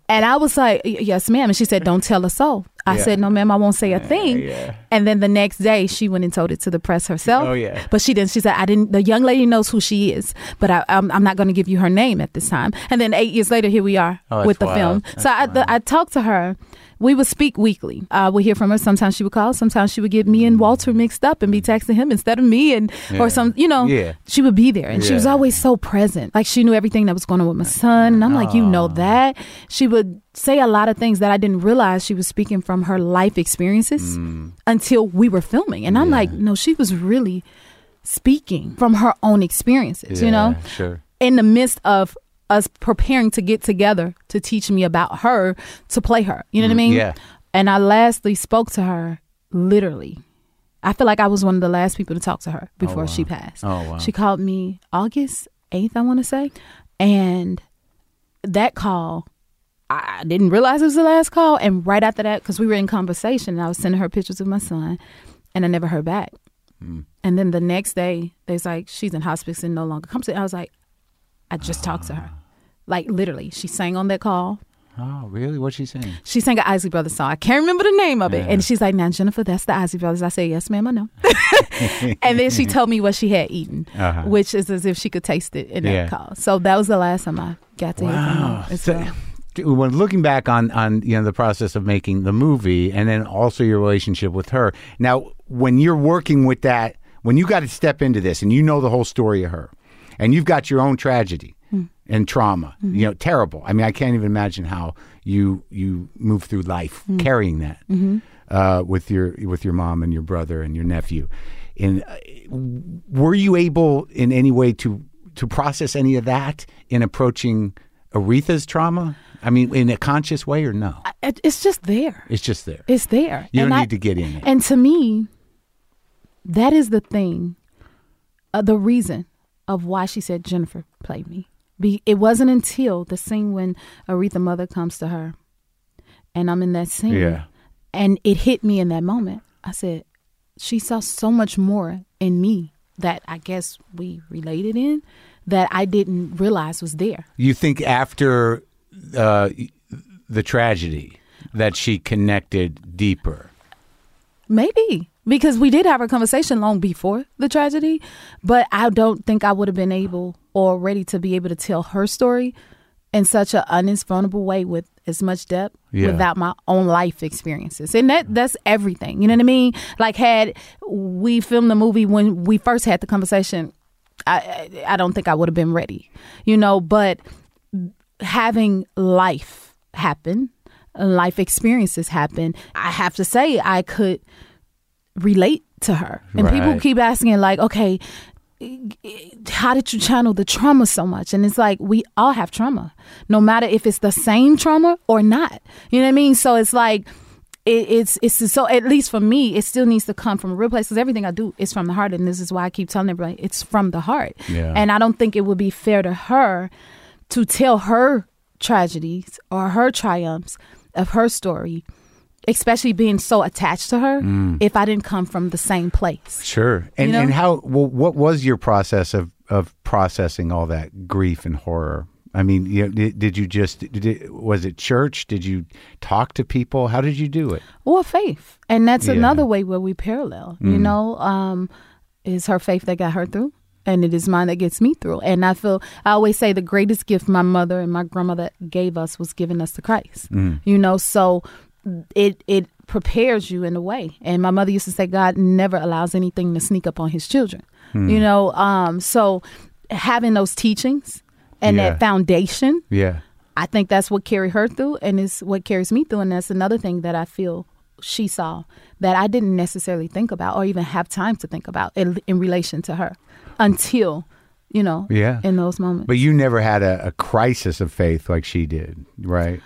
S3: And I was like, "Y- Yes, ma'am. And she said, Don't tell a soul. I
S2: Yeah.
S3: said, No, ma'am, I won't say a thing.
S2: yeah.
S3: And then the next day, she went and told it to the press herself.
S2: Oh, yeah.
S3: But she didn't. She said, I didn't. The young lady knows who she is, but I, I'm, I'm not going to give you her name at this time. And then eight years later, here we are
S2: Oh, that's
S3: with the
S2: wild.
S3: film. so I, the, I talked to her. We would speak weekly. I would hear from her. Sometimes she would call. Sometimes she would get me and Walter mixed up and be texting him instead of me, and
S2: Mm. Yeah.
S3: or some, you know,
S2: Yeah.
S3: she would be there, and she was
S2: Yeah. Ah.
S3: always so present. Like she knew everything that was going on with my son, and I'm like, you know that. She would say a lot of things that I didn't realize she was speaking from her life experiences
S2: Mm.
S3: until we were filming. And I'm like, no, she was really speaking from her own experiences, you know?
S2: Yeah, sure.
S3: in the midst of us preparing to get together to teach me about her to play her. You know what I mean?
S2: yeah.
S3: And I lastly spoke to her literally. I feel like I was one of the last people to talk to her before she passed.
S2: Oh, wow.
S3: She called me August 8th, I want to say. And that call, I I didn't realize it was the last call. And right after that, because we were in conversation, and I was sending her pictures of my son, and I never heard back.
S2: Hmm.
S3: And then the next day, they was like, she's in hospice and no longer comes. in." I was like, I just talked to her.
S2: Ah.
S3: Like literally, she sang on that call.
S2: Oh, really? What's she saying?
S3: She sang an Isley Brothers song. I can't remember the name of it.
S2: Yeah.
S3: And she's like, now, Jennifer, that's the Isley Brothers. I said, yes, ma'am, I know. and then she told me what she had eaten,
S2: Uh-huh.
S3: which is as if she could taste it in
S2: Yeah.
S3: that call. So that was the last time I got to hear from her. as
S2: So-
S3: well.
S2: Dude, when looking back on on you know the process of making the movie and then also your relationship with her. Now, when you're working with that, when you got to step into this and you know the whole story of her, and you've got your own tragedy and trauma, you know, terrible. I mean, I can't even imagine how you you move through life carrying that uh, with your with your mom and your brother and your nephew. And uh, were you able in any way to to process any of that in approaching Aretha's trauma? I mean, in a conscious way or no?
S3: I- it- It's just there.
S2: It's just there.
S3: It's there.
S2: You
S3: And
S2: don't
S3: I-
S2: need to get in it.
S3: And to me, that is the thing, uh, the reason of why she said Jennifer played me. Be, it wasn't until the scene when Aretha mother comes to her, and I'm in that scene,
S2: Yeah.
S3: and it hit me in that moment. I said, she saw so much more in me that I guess we related in that I didn't realize was there.
S2: You think after uh, the tragedy that she connected deeper?
S3: Maybe because we did have a conversation long before the tragedy, but I don't think I would have been able or ready to be able to tell her story in such an uninspirable way with as much depth
S2: Yeah.
S3: without my own life experiences. And that that's everything. You know what I mean? Like had we filmed the movie when we first had the conversation, I I I don't think I would have been ready. You know, but having life happen, uh, life experiences happen, I have to say I could relate to her. And people
S2: Right.
S3: keep asking, like, okay, how did you channel the trauma so much? And it's like, we all have trauma, no matter if it's the same trauma or not. You know what I mean? So it's like, it, it's it's so at least for me it still needs to come from a real place because everything I do is from the heart and this is why I keep telling everybody it's from the heart
S2: Yeah.
S3: and I don't think it would be fair to her to tell her tragedies or her triumphs of her story, especially being so attached to her, if I didn't come from the same place.
S2: Sure. And
S3: know?
S2: and how? Well, what was your process of of processing all that grief and horror? I mean, you know, did, did you just did it, was it church? Did you talk to people? How did you do it?
S3: Or faith. And that's
S2: Yeah. Mm.
S3: another way where we parallel, you know, um, is her faith that got her through. And it is mine that gets me through. And I feel, I always say the greatest gift my mother and my grandmother gave us was giving us to Christ.
S2: Mm.
S3: You know, so it, it, prepares you in a way and my mother used to say god never allows anything to sneak up on his children
S2: Mm.
S3: you know um so having those teachings and
S2: Yeah.
S3: that foundation
S2: Yeah.
S3: I think that's what carried her through, and it's what carries me through. And that's another thing that I feel she saw that I didn't necessarily think about or even have time to think about in, in relation to her until, you know,
S2: Yeah.
S3: in those moments.
S2: But you never had a, a crisis of faith like she did, right?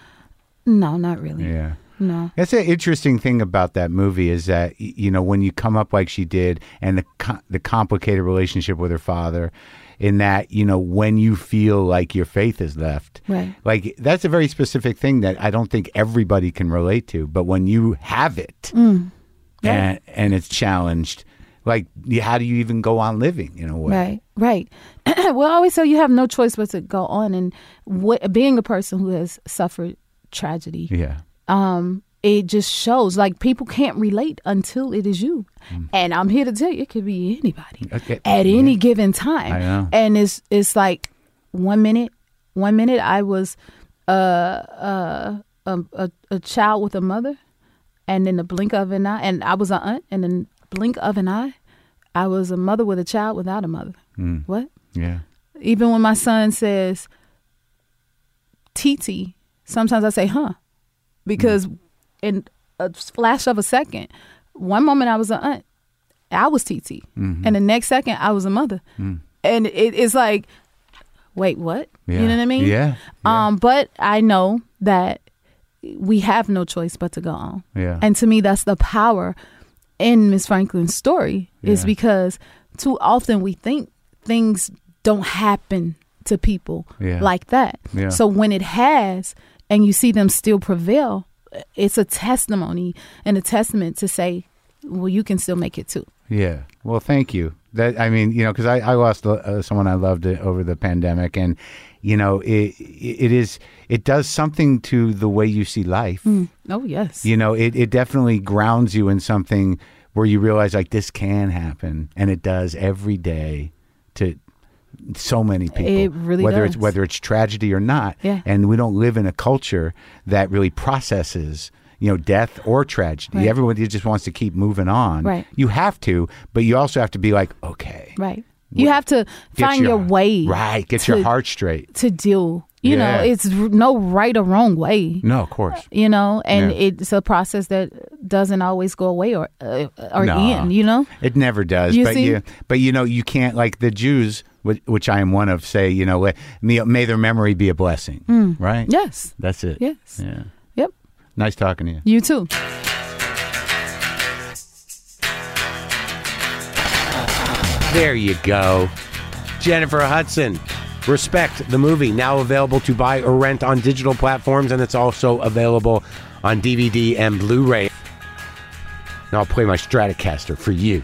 S3: no, not really.
S2: Yeah.
S3: No.
S2: That's an interesting thing about that movie is that y- you know when you come up like she did, and the co- the complicated relationship with her father, in that you know when you feel like your faith is left,
S3: Right.
S2: Like that's a very specific thing that I don't think everybody can relate to. But when you have it,
S3: Mm.
S2: and and it's challenged, like y- how do you even go on living in a way?
S3: Right, right. well, I always say you have no choice but to go on. And what, being a person who has suffered tragedy,
S2: Yeah.
S3: um, it just shows like people can't relate until it is you. And I'm here to tell you, it could be anybody
S2: Mm. Okay.
S3: at any given time.
S2: I know.
S3: And it's it's like one minute, one minute I was uh, uh, a, a a child with a mother, and in the blink of an eye, and I was an aunt, and in the blink of an eye, I was a mother with a child without a mother.
S2: Mm.
S3: What?
S2: Yeah.
S3: Even when my son says, TT sometimes I say, huh, because
S2: Mm-hmm.
S3: in a flash of a second, one moment I was an aunt, I was TT,
S2: Mm-hmm.
S3: and the next second I was a mother,
S2: Mm.
S3: and it, it's like, wait, what? You
S2: Yeah.
S3: know what I mean?
S2: Yeah.
S3: Um, but I know that we have no choice but to go on.
S2: Yeah.
S3: And to me, that's the power in Miss Franklin's story is
S2: Yeah.
S3: because too often we think things don't happen to people
S2: Yeah.
S3: like that.
S2: Yeah.
S3: So when it has, and you see them still prevail, it's a testimony and a testament to say, well, you can still make it too.
S2: Yeah. Well, thank you. That I mean, you know, because I, I lost uh, someone I loved uh, over the pandemic, and you know, it it is it does something to the way you see life.
S3: Oh yes.
S2: You know, it it definitely grounds you in something where you realize like this can happen, and it does every day to so many people.
S3: It really
S2: whether it's
S3: does.
S2: whether it's tragedy or not.
S3: Yeah.
S2: And we don't live in a culture that really processes. You know, death or tragedy.
S3: Right.
S2: Everyone just wants to keep moving on.
S3: Right.
S2: You have to, but you also have to be like, okay,
S3: Right. You have to
S2: get
S3: find your, way.
S2: Right. Get your
S3: to-
S2: heart straight.
S3: to deal.
S2: Yeah.
S3: You know, it's r- no right or wrong way.
S2: No, of course.
S3: You know, and
S2: Yeah.
S3: it's a process that doesn't always go away or uh, or
S2: No.
S3: end. You know,
S2: It never does.
S3: You
S2: but
S3: see?
S2: you, but you know, you can't like the Jews, which, which I am one of. Say, you know, let- may, may their memory be a blessing.
S3: Hmm.
S2: Right?
S3: yes,
S2: That's it.
S3: yes,
S2: Yeah.
S3: yep.
S2: Nice talking to you.
S3: You too.
S1: There you go. Jennifer Hudson. Respect the movie now available to buy or rent on digital platforms, and it's also available on DVD and Blu ray. Now I'll play my Stratocaster for you.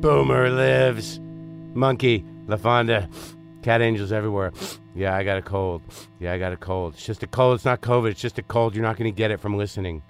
S1: Boomer lives. Monkey, LaFonda, cat angels everywhere. Yeah, I got a cold. Yeah, I got a cold. It's just a cold. It's not COVID. It's just a cold. You're not going to get it from listening.